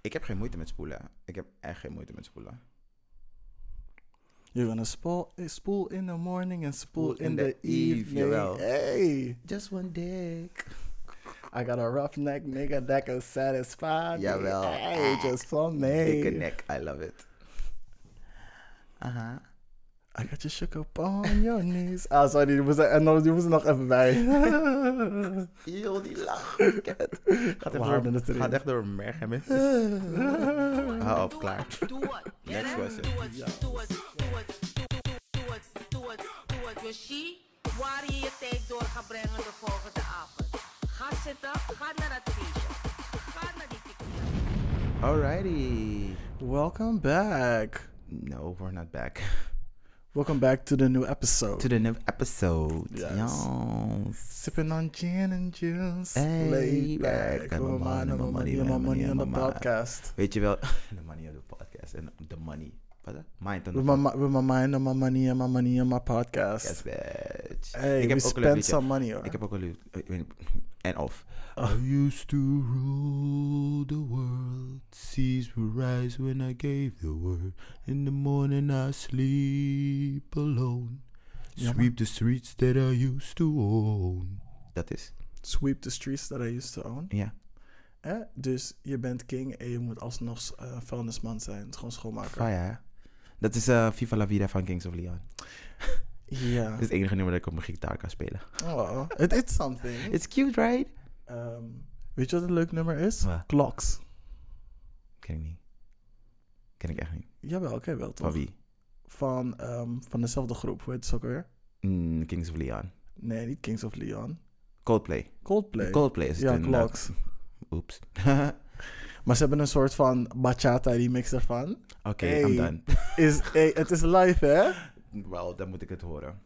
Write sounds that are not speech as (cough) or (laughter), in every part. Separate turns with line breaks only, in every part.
Ik heb geen moeite met spoelen. Ik heb echt geen moeite met spoelen.
You're gonna spool, spool in the morning and spool
Spool in
in
the
the,
eve,
evening.
jawel.
Hey,
Just one dick.
I got a rough neck nigga that can satisfy me.
Jawel.
Hey,
ah,
just for
Dikke
me.
nek, I love it. Aha.
I got you shook up on your knees. Ah, sorry, die moest er, en dan- die moest er nog even bij.
Yo, die
(laughs)
lach. Ik heb het. Gaat
We
echt
houden
door,
het erin.
gaat echt door mijn merg en mijn-
(laughs)
Hou op, klaar.
Do what?
(laughs) Next question.
Do what? Do what? Do what? Do do what? Do what? Do what? Yoshi, waar je je tijd door gaat brengen de volgende avond. Ga zitten, ga naar dat feestje. Ga naar die tequila.
Alrighty.
(laughs) Welcome back.
No, we're not back.
Welcome back to the new episode.
To the new episode.
Yes.
Yes.
Sipping on gin and juice.
Hey,
laid
back.
back.
Got my
With
money,
and
my
my
money, my money
and my
and
money on the
my mind.
podcast.
Weet je wel, (laughs) the money of the podcast en the money. Wat? is dat? Mind on the
With my, mi- with my mind on my money and my money on my podcast.
podcast, bitch.
Hey, we
ook een leuk
spend
liedje.
some Oh. money hoor.
Ik heb ook een leuk- ik weet niet- En of. I used to rule the world. Seas were rise when I gave the word. In the morning I sleep alone.
Ja,
Sweep the streets that I used to own. Dat is.
Sweep the streets that I used to own.
Ja.
Eh? Dus je bent king en je moet alsnog eh vuilnisman zijn. Het is Gewoon schoonmaker.
Fire. hè? Dat is eh, Viva la Vida van Kings of Leon.
Ja.
Dat is het enige nummer dat ik op mijn gitaar kan spelen.
Oh, it is something.
It's cute, right?
Ehm, weet je wat een leuk nummer is?
Wat?
Clocks.
Ken ik niet. Ken ik echt niet.
Jawel, oké wel toch?
Van wie?
Van, ehm, van dezelfde groep. Hoe heet het ook alweer?
Mm, Kings of Leon.
Nee, niet Kings of Leon.
Coldplay.
Coldplay.
Coldplay is het
Eh, ja,
inderdaad.
Clocks.
Oeps. (laughs)
Maar ze hebben een soort van bachata remix ervan.
Oké,
Hey.
I'm done.
Is, hey, het is live hè?
Wel, dan moet ik het horen.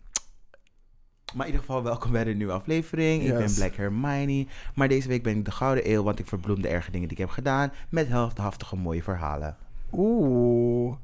Maar in ieder geval, welkom bij de nieuwe aflevering. Ik ben
Yes.
Black Hermione. Maar deze week ben ik de Gouden Eeuw, want ik verbloem de erge dingen die ik heb gedaan. Met helfthaftige mooie verhalen.
Oeh.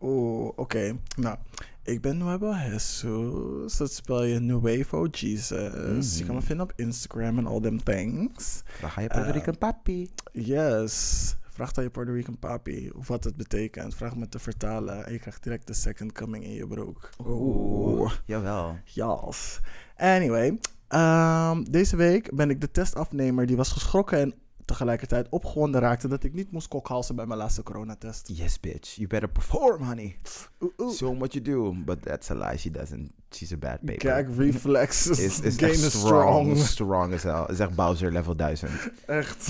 Oeh, oké. Nou, ik ben Nuevo Jesus. Dat spel je Nuevo Jesus. Je kan me vinden op Instagram en all them things.
Dan ga je Puerto Rican
Ah.
papi.
Yes. Vraag aan je Puerto Rican papi wat het betekent. Vraag me te vertalen. En je krijgt direct de second coming in je broek. Oeh.
Jawel.
Yes. Anyway. ehm, deze week ben ik de testafnemer die was geschrokken en tegelijkertijd opgewonden raakte dat ik niet moest kokhalzen bij mijn laatste coronatest.
Yes, bitch. You better perform, honey.
Oeh, oeh.
Show 'em what you do. But that's a lie. She doesn't. She's a bad paper.
Kijk, reflex is,
is, is
game
echt
is
strong.
strong.
Strong as hell. Is echt Bowser level
(laughs)
1000.
Echt.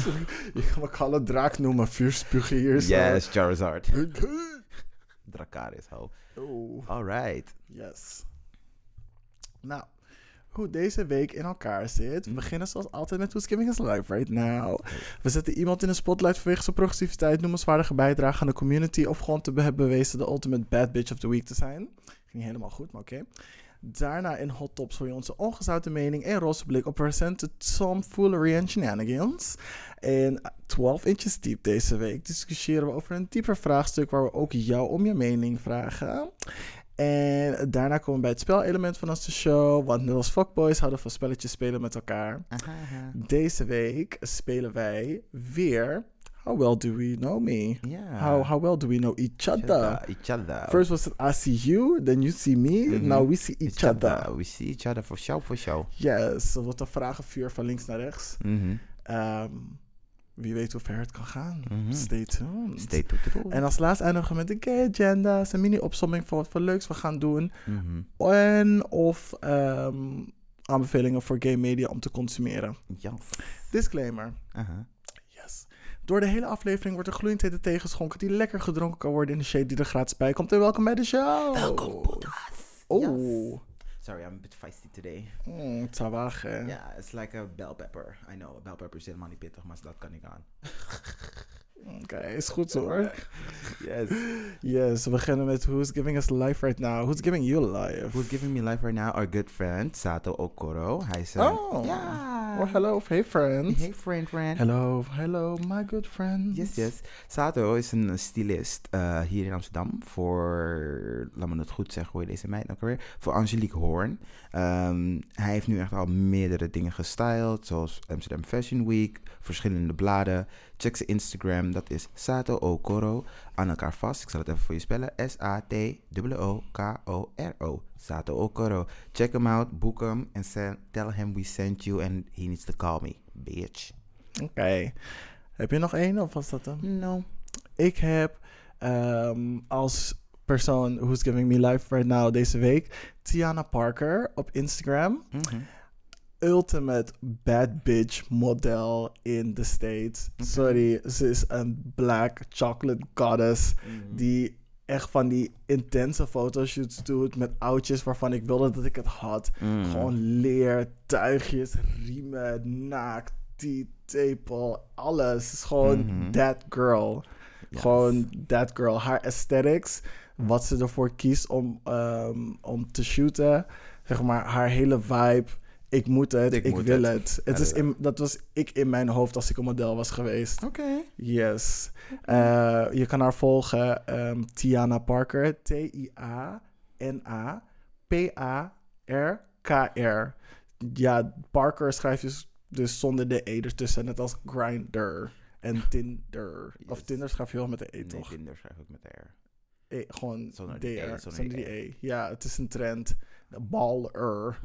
Je kan me alle draak noemen, eh. vuurspugen hier. zo.
Yes, Charizard.
(laughs)
Dracarys, ho.
Oeh,
Alright.
yes. Nou, hoe deze week in elkaar zit. We beginnen zoals altijd met Who's Giving Us Life Right Now. We zetten iemand in de spotlight vanwege zijn progressiviteit, noemenswaardige bijdrage aan de community... of gewoon te hebben bewezen de ultimate bad bitch of the week te zijn. Ging helemaal goed, maar oké. Daarna in Hot Tops voor je onze ongezouten mening en roze blik op recente tomfoolery en shenanigans. En 12 inches diep deze week discussiëren we over een dieper vraagstuk waar we ook jou om je mening vragen. En daarna komen we bij het spelelement van onze show, want net als fuckboys houden van spelletjes spelen met elkaar. uh-huh. Deze week spelen wij weer How Well Do We Know Me?
Yeah.
How, how Well Do We Know Ah. Each Other?
Each other.
First was it I see you, then you see me, now we see Mhm. each, other.
We see each other for show, for show.
Yes, er wordt een vragenvuur van links naar rechts.
Mhm.
Ehm, wie weet hoe ver het kan gaan. Mhm. Stay tuned.
Stay to the
en als laatst eindigen we met de gay agenda. Het is Een mini-opsomming voor wat voor leuks we gaan doen.
Mhm.
En of ehm, aanbevelingen voor gay media om te consumeren.
Ja.
Disclaimer.
Aha.
Yes. Door de hele aflevering wordt er gloeiendheden tegengeschonken die lekker gedronken kan worden in de shade die er gratis bij komt. En welkom bij de show. Welkom, Oh,
Sorry, I'm a bit feisty today.
mm, tawag, hè.
Ja, it's like a bell pepper. I know, bell pepper is helemaal niet pittig, maar dat kan ik aan.
Oké, is goed zo, hoor.
(laughs) Yes.
Yes, we beginnen met Who's Giving Us Life Right Now. Who's Giving You Life?
Who's giving me life right now? Our good friend, Sato Okoro. Hij is een...
Oh.
Ja.
Oh, hello, of hey friend.
Hey, friend, friend.
Hello, of hello, my good friend.
Yes, yes. Sato is een stylist eh, hier in Amsterdam voor, laat me het goed zeggen, hoe heet deze meid nou ook alweer? Voor Angelique Hoorn. Ehm, hij heeft nu echt al meerdere dingen gestyled, zoals Amsterdam Fashion Week, verschillende bladen. Check zijn Instagram, dat is Sato Okoro aan elkaar vast. Ik zal het even voor je spellen. S-A-T-O-O-K-O-R-O. Sato Okoro. Check hem out, boek hem en sen- tell him we sent you and he needs to call me, bitch.
Oké. Heb je nog één of was dat hem?
No.
Ik heb ehm, als persoon who's giving me life right now deze week Tiana Parker op Instagram.
Mhm.
Ultimate bad bitch model in the States. Sorry, ze is een black chocolate goddess
Mhm.
die echt van die intense fotoshoots doet met oudjes waarvan ik wilde dat ik het had.
Mm.
Gewoon leer, tuigjes, riemen, naakt, die tepel, alles. Het is gewoon
Mhm.
that girl.
Yes.
Gewoon that girl. Haar aesthetics, wat ze ervoor kiest om, ehm, om te shooten. Zeg maar, haar hele vibe. Ik moet het, ik,
Ik moet
wil het.
het.
Het is
Ja,
in, dat was ik in mijn hoofd als ik een model was geweest.
Oké.
Yes. Eh, je kan haar volgen. ehm, Tiana Parker. T-I-A-N-A. P-A-R-K-R. Ja, Parker schrijf je dus, dus zonder de E ertussen. Net als Grinder en
(laughs)
Tinder. Of
Yes.
Tinder schrijf je wel met de E,
Nee,
toch?
Tinder schrijf ik met de R.
E, gewoon
Zonder
DR.
die E,
Zonder,
zonder die
die E. Ja, het is een trend. Baller.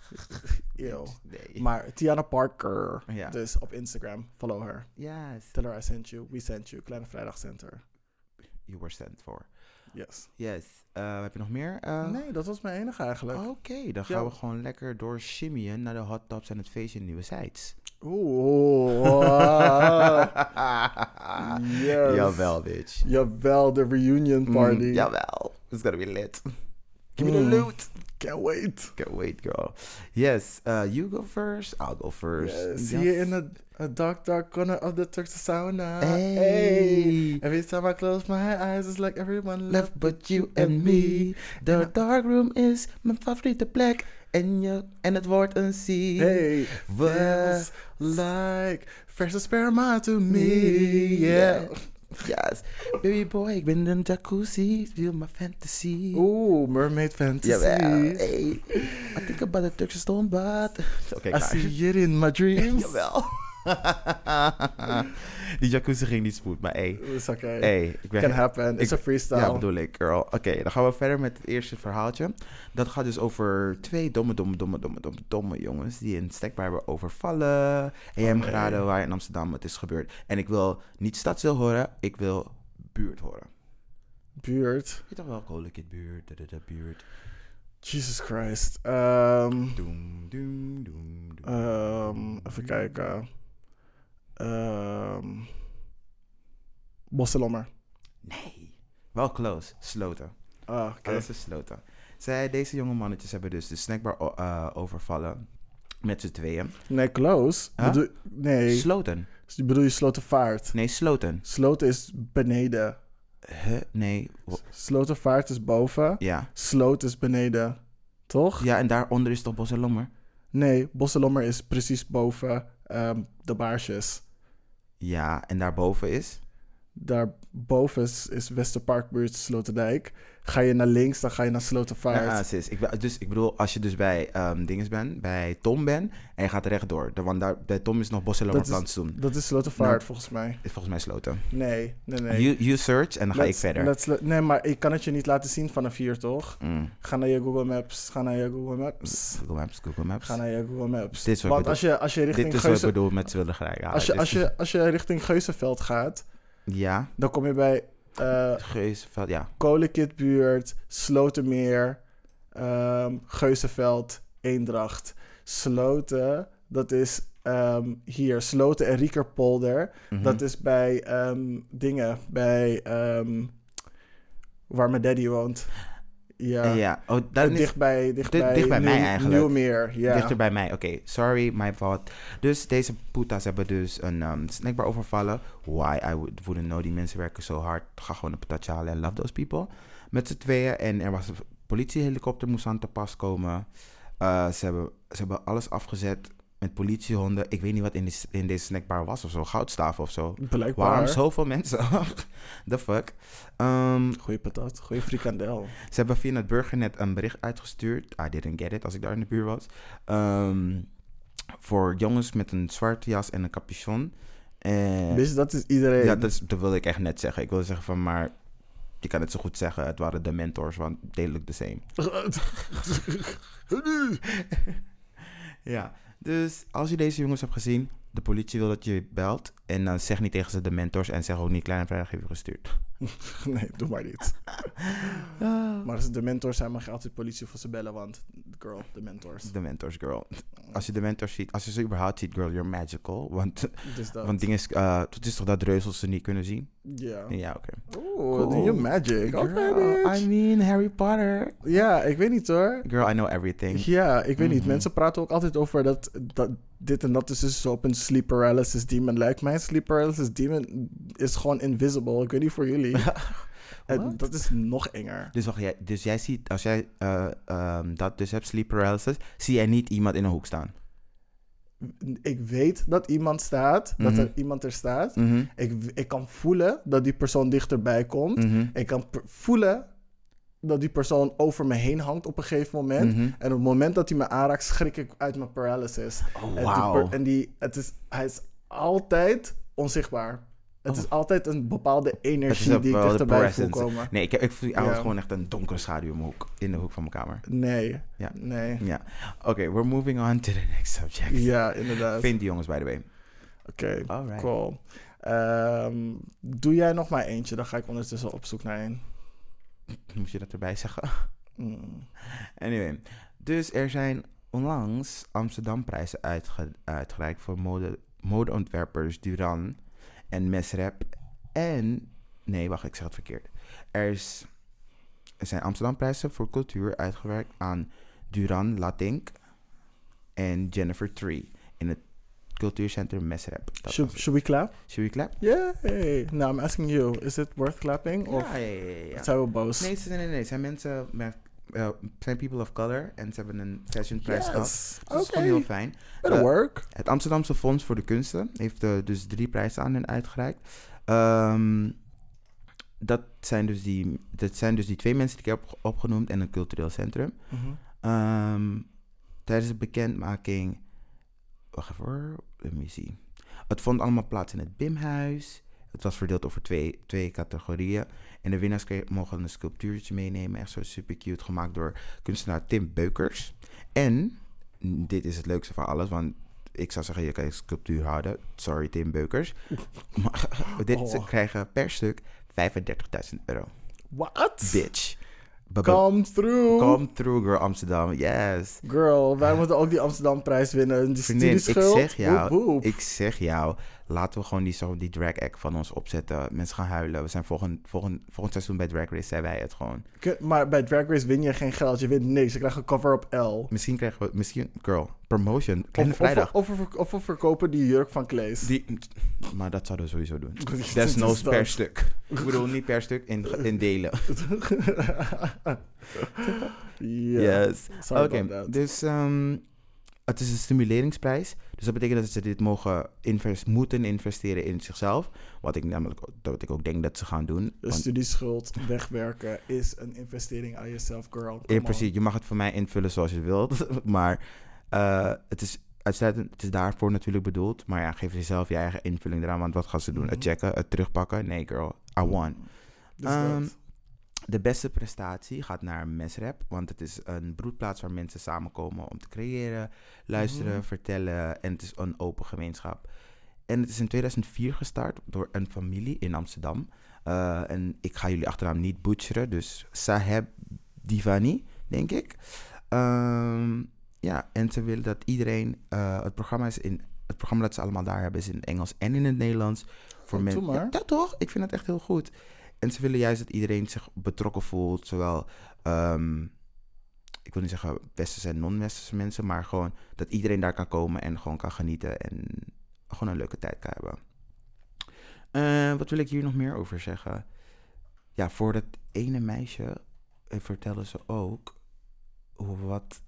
(laughs)
Eeuw.
Nee.
Maar Tiana Parker.
Ja.
Dus op Instagram. Follow her.
Yes.
Tell her I sent you. We sent you. Kleine Vrijdag sent her.
You were sent for.
Yes.
Yes. Eh, heb je nog meer? Eh,
nee, dat was mijn enige eigenlijk.
Oké, dan
Ja.
gaan we gewoon lekker door shimmyen naar de hot tops en het feestje in Nieuwe Zijds.
Oeh.
(laughs)
wow. Oh. yes.
Ah. Jawel, bitch.
Jawel, de reunion
Mm,
party.
jawel. It's gonna be lit. Give me the
Mm.
loot.
Can't wait.
Can't wait, girl. Yes, eh, you go first. I'll go first.
Yes. Zie je in the a dark, dark corner of the Turkse sauna.
Hey.
Every time I close my eyes, it's like everyone left.
left but you and me. The dark room is mijn favoriete plek. En, je, en het wordt een C.
Hey.
Was
Was like verse sperma to
me.
me. Yeah.
Yes. Baby boy, ik ben een jacuzzi. Feel my fantasy.
Oeh, Mermaid Fantasy.
Jawel. Hey. I think about the Turkse stone bath. Oké,
I
klaar.
see it in my dreams.
(laughs) Jawel. Die jacuzzi ging niet smooth, maar hey.
It's okay.
Hey, ik ben
Can happen. It's
ik-
a freestyle.
Ja, bedoel ik, girl. Oké, dan gaan we verder met het eerste verhaaltje. Dat gaat dus over twee domme, domme, domme, domme, domme, domme jongens die een snackbar hebben overvallen. En hem
nee.
geraden waar in Amsterdam het is gebeurd. En ik wil niet stadsdeel horen, ik wil buurt horen.
Buurt.
Je toch wel, Koninklijke buurt, da, da, da, buurt.
Jesus Christ. Ehm,
Doem, doem, doem, doem.
ehm, even kijken. Ehm Bosselommer.
Nee, wel close. Sloten.
Ah, oké.
Alles is sloten. Zij, deze jonge mannetjes hebben dus de snackbar o- eh, overvallen. Met z'n tweeën.
Nee, close.
Huh?
Bedoel- nee,
Sloten.
je bedoel je Slotenvaart.
Nee, sloten.
Sloten is beneden.
Huh? Nee. wo-
Slotenvaart is boven.
Ja.
Sloot is beneden. Toch?
Ja, en daaronder is toch Bos en Lommer?
Nee, Bosselommer is precies boven ehm, de baarsjes.
Ja, en daarboven is?
Daarboven is, is Westerparkbuurt, Sloterdijk. Ga je naar links, dan ga je naar Slotenvaart.
Ja, sis. Ik, ben- dus ik bedoel, als je dus bij ehm dinges bent, bij Tom bent, en je gaat rechtdoor. dan- Want daar, bij Tom is nog Bos en Lommer
Dat is-
plantsoen.
Dat is Slotenvaart
Nou,
volgens mij.
Is volgens mij sloten.
Nee, nee, nee.
You, you search en dan ga ik
Let's-
verder.
let's lo- nee, maar ik kan het je niet laten zien vanaf hier, toch?
Mm.
Ga naar je Google Maps, ga naar je Google Maps.
Google Maps, Google Maps.
Ga naar je Google Maps.
Dit is wat ik
Want als je, als je
Dit
richting
is wat ik
Geuze-
bedoel met ze willen gelijk halen.
als je,
Dit
als
is-
je, als je richting Geuzenveld gaat,
Ja,
dan kom je bij eh,
Geusveld, ja.
Kolenkitbuurt, Slotermeer, ehm Geuzenveld, Eendracht. Sloten, dat is ehm, hier, Sloten en Riekerpolder.
Mhm.
Dat is bij ehm, dingen, bij ehm, waar mijn daddy woont. Ja,
Eh, ja. Oh, dan is
dicht bij, dicht
dit-
bij,
dicht bij mij eigenlijk.
Nieuwmeer, ja.
Dichter bij mij, oké. Sorry, mijn fout. Dus deze poeta's hebben dus een ehm, snackbar overvallen. Why? I would- wouldn't know. Die mensen werken zo hard. Ga gewoon een patatje halen en love those people. Met z'n tweeën. En er was een politiehelikopter moest aan te pas komen. Eh, ze, hebben, ze hebben alles afgezet. met politiehonden. Ik weet niet wat in, die, in deze snackbar was of zo. Goudstaaf of zo.
Blijkbaar.
Waarom zoveel mensen? (laughs) The fuck. Ehm,
Goeie patat, goeie frikandel.
ze hebben via het burgernet een bericht uitgestuurd. I didn't get it als ik daar in de buurt was. Ehm, voor jongens met een zwarte jas en een capuchon. En-
Dus dat is iedereen.
ja, dat, is, dat wilde ik echt net zeggen. Ik wilde zeggen van, maar je kan het zo goed zeggen. Het waren de mentors, want degelijk de same. (laughs) Ja, dus als je deze jongens hebt gezien, de politie wil dat je belt. En dan zeg niet tegen ze de mentors en zeg ook niet kleine vraag heb je gestuurd.
(laughs) nee, doe maar
(laughs)
niet. Ah.
Oh.
Maar ze- de mentors zijn, mag je altijd politie voor ze bellen, want girl, de mentors.
De mentors, girl. Als je de mentors ziet, als je ze überhaupt ziet, girl, you're magical. Want,
Dus dat.
want ding is, eh, het is toch dat reuzels ze niet kunnen zien?
Ja.
Ja, oké.
Oeh, do
Cool.
you magic. Oké,
Girl,
bitch.
I mean Harry Potter.
Ja, ik weet niet hoor.
Girl, I know everything.
Ja, ik weet niet.
Mhm.
Mensen praten ook altijd over dat, dat dit en dat is dus op een sleep paralysis demon. Lijkt mijn sleep paralysis demon is gewoon invisible. Ik weet niet voor
(laughs)
jullie. en
What?
dat is nog enger.
Dus, wacht, jij, dus jij ziet, als jij eh, ehm, dat dus hebt, sleep paralysis, zie jij niet iemand in een hoek staan.
Ik weet dat iemand staat,
Mhm.
dat er iemand er staat.
Mhm,
Ik, ik kan voelen dat die persoon dichterbij komt.
mhm,
Ik kan per- voelen dat die persoon over me heen hangt op een gegeven moment.
mhm.
En op het moment dat hij me aanraakt, schrik ik uit mijn paralysis.
Oh,
En die
wauw.
per- En die, het is, hij is altijd onzichtbaar. Het
Oh.
is altijd een bepaalde energie
een
(laughs) die ik
bepaalde
dichterbij voel
presence.
komen.
Nee, ik, ik voel hij was
Ja.
gewoon echt een donkere schaduw in, mijn hoek, in de hoek van mijn kamer.
Nee.
Ja.
Nee.
Ja. Oké, we're moving on to the next subject.
Ja, inderdaad. Oké,
Vind die jongens, by the way. Alright.
cool. Ehm, doe jij nog maar eentje, dan ga ik ondertussen op zoek naar één.
Moest je dat erbij zeggen?
Mm.
Anyway. Dus er zijn onlangs Amsterdamprijzen uitge uitgereikt voor mode modeontwerpers Duran en Mesrep. En... Nee, wacht, ik zeg het verkeerd. Er, is, er zijn Amsterdamprijzen voor cultuur uitgewerkt aan Duran Latink en Jennifer Tree in het cultuurcentrum Mesrep. Dat
Should,
was het.
should we clap?
Should we clap? Oh,
Yay! Nou, I'm asking you, is it worth clapping? Of
Ja, ja, ja, ja, ja.
zijn we boos?
Nee, nee, nee, nee. Het zijn mensen met... eh, zijn people of color en ze hebben een fashionprijs gehad.
yes!
Dus Dat is
Oké,
gewoon heel fijn.
that'll
Eh,
work.
Het Amsterdamse Fonds voor de Kunsten heeft eh, dus drie prijzen aan hen uitgereikt. Ehm, dat, zijn dus die, dat zijn dus die twee mensen die ik heb opge- opgenoemd en een cultureel centrum.
Mhm.
Ehm, tijdens de bekendmaking. Wacht even hoor, let me see. Het vond allemaal plaats in het Bimhuis. Het was verdeeld over twee, twee categorieën. En de winnaars kreeg- mogen een sculptuurtje meenemen. Echt zo super cute, gemaakt door kunstenaar Tim Beukers. En, mm, dit is het leukste van alles, want ik zou zeggen, je kan je sculptuur houden. Sorry, Tim Beukers. Maar (laughs) dit, ze
Oh.
krijgen per stuk 35.000 euro.
What?
Bitch. Bubba-
Come through.
Come through, girl, Amsterdam. Yes.
Girl, wij moeten ook die Amsterdam prijs winnen. Die
Vriendin, ik
studieschuld.
zeg jou,
Woep, woep.
Ik zeg jou, laten we gewoon die, zo- die drag act van ons opzetten. Mensen gaan huilen. We zijn volgend, volgend, volgend seizoen bij Drag Race, zijn wij het gewoon.
Kun- Maar bij Drag Race win je geen geld. Je wint niks. Je krijgt een cover-up L.
Misschien krijgen we, misschien, girl, promotion,
Of,
kleine
of,
vrijdag.
Of, we verk- of we verkopen die jurk van Klees.
Die, maar dat zouden we sowieso doen.
Dus
Desnoods
(laughs) dat.
per stuk. Ik bedoel, niet per stuk,
(laughs)
in, in delen.
(laughs) ja.
Yes.
Sorry
Oké,
about that.
dus ehm, het is een stimuleringsprijs. Dus dat betekent dat ze dit mogen invest, moeten investeren in zichzelf. Wat ik namelijk wat ik ook denk dat ze gaan doen.
De
want-
studieschuld wegwerken is een investering aan jezelf, girl. Come
In
on.
principe, je mag het voor mij invullen zoals je wilt. (laughs) Maar eh, het, is uitsluitend, het is daarvoor natuurlijk bedoeld. Maar ja, geef jezelf je eigen invulling eraan. Want wat gaan ze doen? Het
Mhm.
checken, het terugpakken? Nee, girl. I won.
Dus
Ehm,
dat.
De beste prestatie gaat naar Mesrep. Want het is een broedplaats waar mensen samenkomen om te creëren, luisteren,
Mhm.
vertellen. En het is een open gemeenschap. En het is in 2004 gestart door een familie in Amsterdam. Eh, en ik ga jullie achternaam niet butcheren. Dus Saheb Divani, denk ik. Ehm, ja, en ze willen dat iedereen. eh, het, programma is in, het programma dat ze allemaal daar hebben is in het Engels en in het Nederlands. Voor
Oh,
mensen.
doe maar.
Ja, dat toch? Ik vind het echt heel goed. En ze willen juist dat iedereen zich betrokken voelt. Zowel, ehm, ik wil niet zeggen westerse en non-westerse mensen. Maar gewoon dat iedereen daar kan komen en gewoon kan genieten. En gewoon een leuke tijd kan hebben. Eh, wat wil ik hier nog meer over zeggen? Ja, voor dat ene meisje eh, vertellen ze ook hoe- wat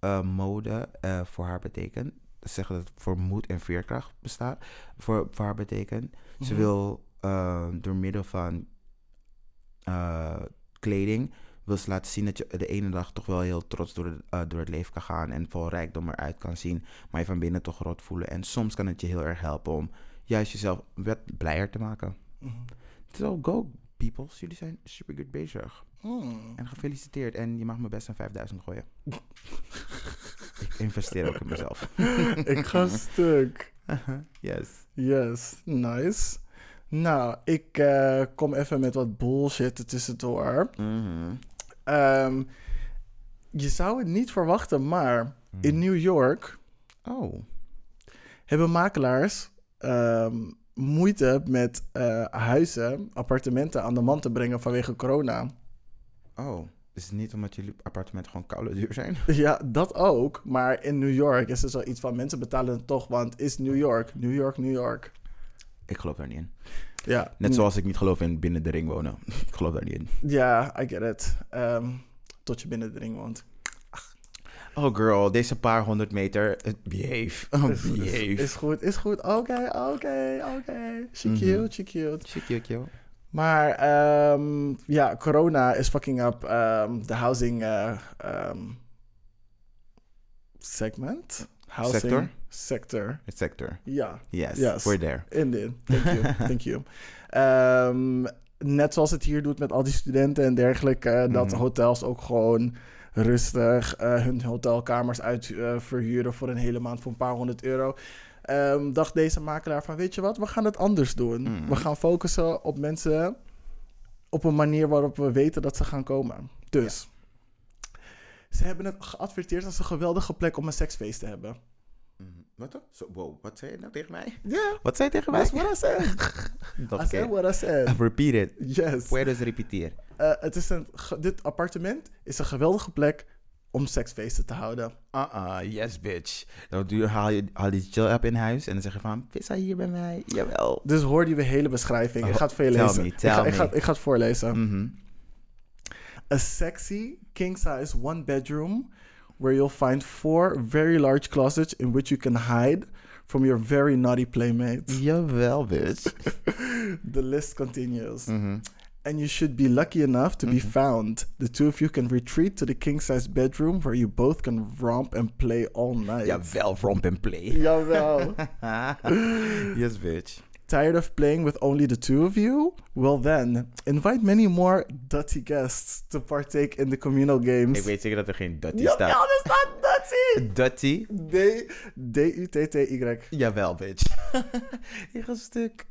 eh, mode eh, voor haar betekent. zeggen dat het voor moed en veerkracht bestaat. Voor, voor haar betekent. Ze
Mhm.
wil eh, door middel van eh, kleding wil ze laten zien dat je de ene dag toch wel heel trots door, het- eh, door het leven kan gaan en vol rijkdom eruit kan zien, maar je van binnen toch rot voelen. En soms kan het je heel erg helpen om juist jezelf wat blijer te maken.
Mhm.
So go, peoples. Jullie zijn super goed bezig.
Mm.
En gefeliciteerd. En je mag me best een 5000 gooien. ik investeer ook in mezelf. (laughs)
Ik ga stuk.
yes.
Yes, nice. Nou, ik eh, kom even met wat bullshit er tussendoor.
Mhm.
Ehm, je zou het niet verwachten, maar
Hmm.
in New York
Oh.
hebben makelaars ehm, moeite met eh, huizen, appartementen aan de man te brengen vanwege corona. (laughs)
Oh. Is het niet omdat jullie appartementen gewoon koude duur zijn?
Ja, dat ook. Maar in New York is er zoiets van mensen betalen het toch, want het is New York, New York, New York.
Ik geloof daar niet in.
Ja,
Net zoals ik niet geloof in binnen de ring wonen. (laughs) ik geloof daar niet in.
Ja, I get it. Ehm, tot je binnen de ring woont.
Oh girl, deze paar honderd meter. eh, Behave. Oh,
Is, is-
behave.
is goed, is goed. Oké, oké, oké. She
Mhm.
cute, she cute.
Chick, chick, chick.
Maar ehm, ja, corona is fucking up ehm, de housing eh, ehm, segment? Housing
Sector?
Sector.
Het sector.
Ja,
Yes,
Yes.
we're there.
indeed. Thank you, thank you. Ehm, net zoals het hier doet met al die studenten en dergelijke, eh, dat
Mhm.
hotels ook gewoon rustig eh, hun hotelkamers uit eh, verhuren voor een hele maand voor een paar honderd euro. Ehm, dacht deze makelaar van, weet je wat, we gaan het anders doen.
Mhm.
We gaan focussen op mensen op een manier waarop we weten dat ze gaan komen. Dus, ze hebben het geadverteerd als een geweldige plek om een seksfeest te hebben.
Mhm. Wat dan? Zo, wow, wat zei je nou tegen mij?
Ja, yeah,
Wat zei je tegen mij?
that's what I
(laughs)
said.
Oké.
I said what
(laughs)
I said.
Repeat it.
Yes.
Puedes repetir.
Eh, het is een, ge- dit appartement is een geweldige plek om seksfeesten te houden.
Uh-uh, yes bitch. Dan doe je, haal je haal die chill app in huis en dan zeg je van, Pissa hier bij mij, jawel.
Dus hoor die hele beschrijving. ik
Oh,
ga het voor je
tell
lezen.
me,
ik, ga,
tell
ik, ga,
me.
ik ga het voorlezen.
Mhm.
A sexy king size one bedroom where you'll find four very large closets in which you can hide from your very naughty playmates.
Jawel bitch. Mm-hmm.
The list continues.
Mhm.
And you should be lucky enough to
Mm-hmm.
be found. The two of you can retreat to the king size bedroom where you both can romp and play all night.
(laughs) Jawel, romp en play.
(laughs) Jawel.
(laughs) yes bitch.
Tired of playing with only the two of you? Well, then, invite many more dirty guests to partake in the communal games.
Ik weet zeker dat er geen dutty
Ja, ja,
staat.
er staat
Dutty?
dirty! D- D-U-T-T-Y.
Jawel bitch. (laughs) Ik ga stuk.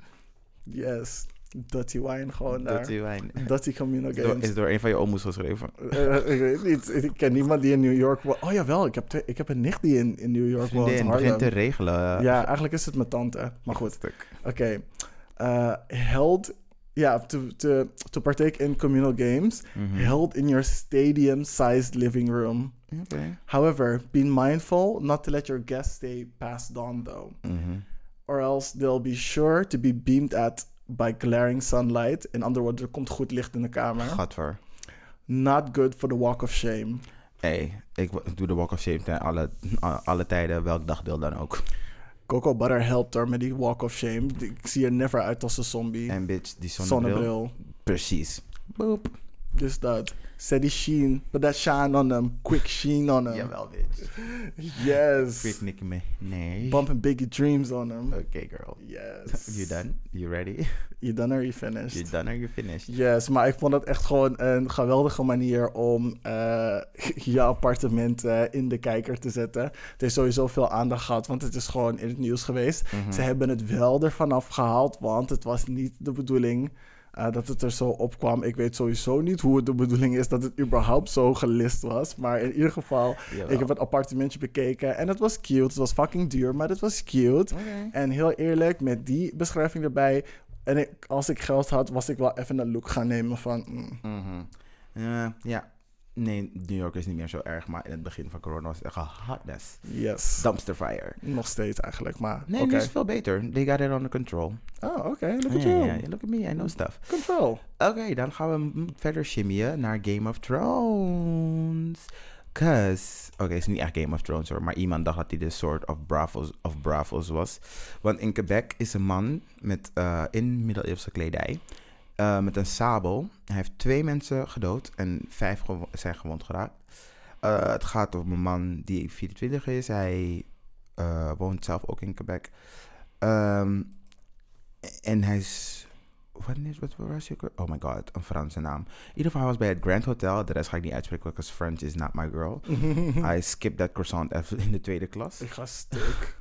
Yes. Dirty wine gewoon daar.
Dutty wijn.
Dirty communal
Is door,
games.
is door een van je ooms geschreven.
Eh, ik weet niet. Ik ken niemand die in New York woont. Oh jawel, ik heb, twee, ik heb een nicht die in, in New York woont. in
Vriendin, begin te
Harlem.
regelen.
Ja, eigenlijk is het mijn tante. Maar goed.
Stuk.
Oké. eh, held. Ja, to, to, to partake in communal games held in your stadium sized living room.
Oké.
However, be mindful not to let your guests stay past dawn though,
Mhm.
or else they'll be sure to be beamed at by glaring sunlight. In andere woorden, er komt goed licht in de kamer.
Gadver.
Not good for the walk of shame.
Hey, ik wa- doe de walk of shame ten alle, a- alle tijden, welk dagdeel dan ook.
Coco Butter helpt haar met die walk of shame. Die- Ik zie er never uit als een zombie.
En bitch, die zonnebril.
Zonnebril.
Precies. Boop.
Dus dat. Zet die sheen. Put that shine on them. Quick sheen on them.
Jawel, bitch.
Yes.
Quick Nicky me. Nee.
Bumping biggie dreams on them.
Oké, girl.
Yes.
(laughs) You done? You ready?
Je done or you finished.
You done or you finished?
Yes, maar ik vond het echt gewoon een geweldige manier om eh, (laughs) je appartement eh, in de kijker te zetten. Het heeft sowieso veel aandacht gehad, want het is gewoon in het nieuws geweest. Ze hebben het wel ervan afgehaald, want het was niet de bedoeling eh, dat het er zo opkwam. Ik weet sowieso niet hoe het de bedoeling is dat het überhaupt zo gelist was. Maar in ieder geval,
Jawel.
ik heb het appartementje bekeken en het was cute. Het was fucking duur, maar het was cute.
Oké.
En heel eerlijk, met die beschrijving erbij. En ik, als ik geld had, was ik wel even een look gaan nemen van. mm,
Mhm. Eh, ja. Nee, New York is niet meer zo erg, maar in het begin van corona was het echt een hotness.
yes.
Dumpster fire.
Nog steeds eigenlijk, maar.
Nee,
oké.
nu is het veel beter. They got it under control.
Oh, oké. Look at
Ja,
you.
ja, ja, look at me, I know stuff.
Control.
Oké, dan gaan we m- verder shimmyen naar Game of Thrones. Cause, oké, het is niet echt Game of Thrones hoor, maar iemand dacht dat hij de Sword of Bravos, of Bravos was. Want in Quebec is een man met, eh, in middeleeuwse kledij eh, met een sabel. Hij heeft twee mensen gedood en vijf gewo- zijn gewond geraakt. Eh, het gaat om een man die 24 is. Hij eh, woont zelf ook in Quebec. Ehm, en hij is. Wanneer wat was je? ook weer? Oh my god, een Franse naam. In ieder geval, hij was bij het Grand Hotel. De rest ga ik niet uitspreken, because French is not my girl. I skipped that croissant even in de tweede klas.
Ik ga stuk.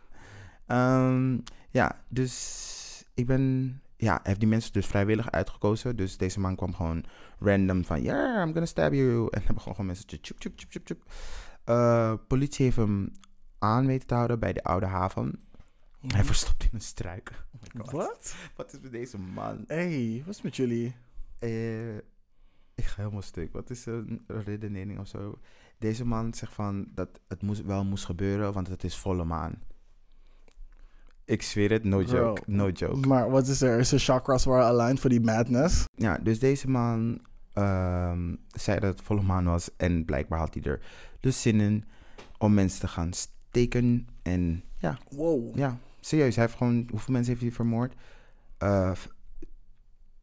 Ehm, ja, dus ik ben. Ja, hij heeft die mensen dus vrijwillig uitgekozen. Dus deze man kwam gewoon random van... Yeah, I'm gonna stab you. En dan begon gewoon mensen te tjoep, tjoep, tjoep, tjoep, tjoep. Eh, politie heeft hem aan weten te houden bij de Oude Haven. Hij verstopt in een struik. (laughs) Oh my Oh god.
Wat?
Wat is met deze man?
Hey, wat is met jullie?
Eh, ik ga helemaal stuk. Wat is een redenering of zo? Deze man zegt van dat het moest, wel moest gebeuren, want het is volle maan. Ik zweer het, no
Bro.
joke, no joke.
Maar wat is er? Zijn chakras waren aligned voor die madness?
Ja, dus deze man ehm, zei dat het volle maan was en blijkbaar had hij er dus zin in om mensen te gaan steken. En ja,
Wow.
ja serieus, hij heeft gewoon, hoeveel mensen heeft hij vermoord? Eh, v-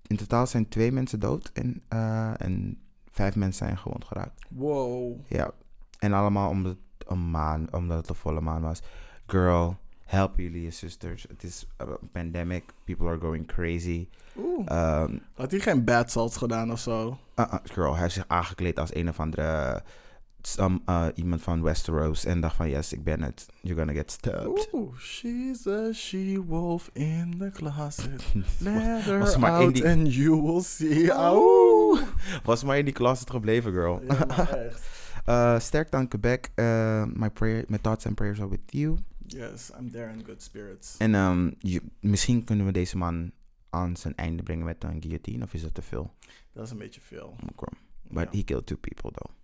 in totaal zijn twee mensen dood en, eh, en vijf mensen zijn gewond geraakt.
Wow.
Ja, en allemaal omdat, een maan, omdat het de volle maan was. Girl, help jullie je sisters. Het is een pandemic, people are going crazy.
Oeh.
Ehm,
Had hij geen bad salts gedaan of zo?
Ah, ah, girl, hij heeft zich aangekleed als een of andere some, eh, iemand van Westeros en dacht van yes, ik ben het. You're gonna get stabbed.
Oeh, she's a she-wolf in the closet.
(laughs) was,
Let her
was maar in
out
die-
and you will see.
Oeh.
Oeh.
(laughs) was maar in die closet gebleven, girl. (laughs)
Ja, maar echt.
Eh, sterk dan Quebec. eh, my, prayer, my thoughts and prayers are with you.
Yes, I'm there in good spirits.
En ehm, je- misschien kunnen we deze man aan zijn einde brengen met een guillotine, of is dat te veel?
Dat is een beetje veel.
Oké. But
ja.
he killed two people, though.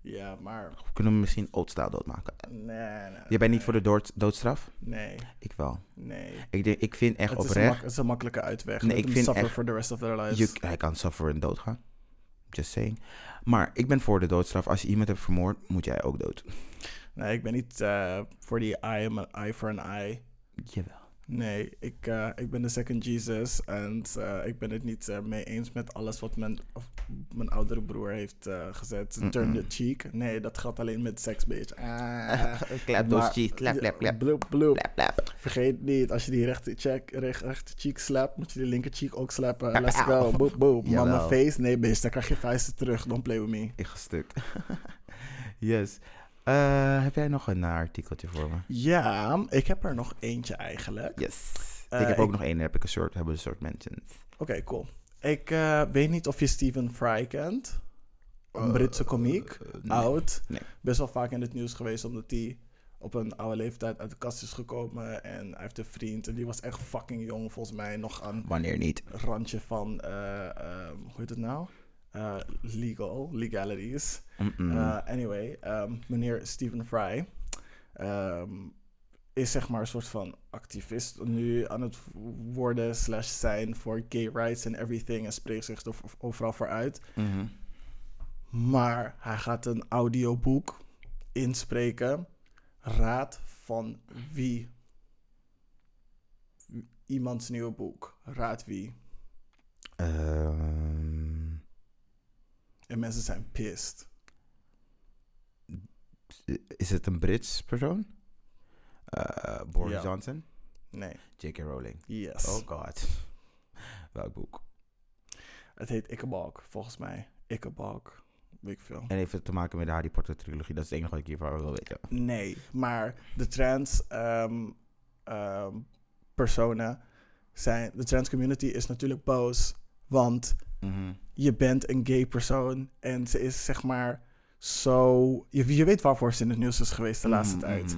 Ja, maar...
We kunnen hem misschien old style doodmaken.
Nee, nee.
Je bent niet
nee.
voor de dood, doodstraf?
Nee,
Ik wel.
nee.
Ik, denk- ik vind echt
het, is een
oprecht...
mak- het is een makkelijke uitweg.
Nee,
Nee,
ik
ik
vind
suffer
echt-
for the rest of their lives.
Je, hij kan sufferen en doodgaan. Just saying. Maar ik ben voor de doodstraf. Als je iemand hebt vermoord, moet jij ook dood.
Nee, ik ben niet eh, voor die eye, am an eye for an eye.
(laughs) Jawel.
Nee, ik, eh, ik ben de second Jesus. En eh, ik ben het niet eh, mee eens met alles wat mijn, of mijn oudere broer heeft eh, gezet. Turn the
Mm-mm.
cheek. Nee, dat geldt alleen met seks, bitch. (laughs) Ah.
Klap
Maar-
door cheek. Klap,
Ja,
klap, klap.
bloep, bloep.
Klap, klap.
Vergeet niet, als je die rechter, cheek, rech- rechter cheek slapt, moet je die linker cheek ook slappen.
Pow,
Let's
pow.
go, boop, boop. Mama
Jawel.
face, nee bitch, dan krijg je vuisten terug. Don't play with me.
Ik ga stuk. (laughs) yes. Eh, heb jij nog een eh, artikeltje voor me?
Ja, ik heb er nog eentje eigenlijk.
Yes.
Eh,
ik heb ook
ik-
nog één. Heb ik een soort, hebben we een soort mentions.
Oké, cool. Ik eh, weet niet of je Stephen Fry kent. Een Britse komiek.
Eh,
Oud.
Nee.
Best wel vaak in het nieuws geweest omdat hij op een oude leeftijd uit de kast is gekomen. En hij heeft een vriend en die was echt fucking jong volgens mij. Nog aan
Wanneer niet?
randje van, eh, ehm, hoe heet het nou? Eh, legal, legalities.
Mm-mm.
Eh, anyway, ehm, meneer Stephen Fry ehm, is zeg maar een soort van activist nu aan het worden slash zijn voor gay rights en everything en spreekt zich er overal voor uit.
Mhm.
Maar hij gaat een audioboek inspreken. Raad van wie? Iemands nieuwe boek. Raad wie?
Ehm,
En mensen zijn pissed.
is het een Brits persoon? Eh, Boris
Ja.
Johnson?
Nee.
J.K. Rowling?
Yes.
Oh god. Welk boek?
Het heet Ikkebalk, volgens mij. Ikkebalk. Weet ik veel.
En heeft het te maken met de Harry Potter trilogie. Dat is het enige wat ik hiervan wil weten.
Nee, maar de trans ehm, ehm, personen zijn... De trans community is natuurlijk boos, want je bent een gay persoon. En ze is zeg maar zo... Je, je weet waarvoor ze in het nieuws is geweest de laatste tijd.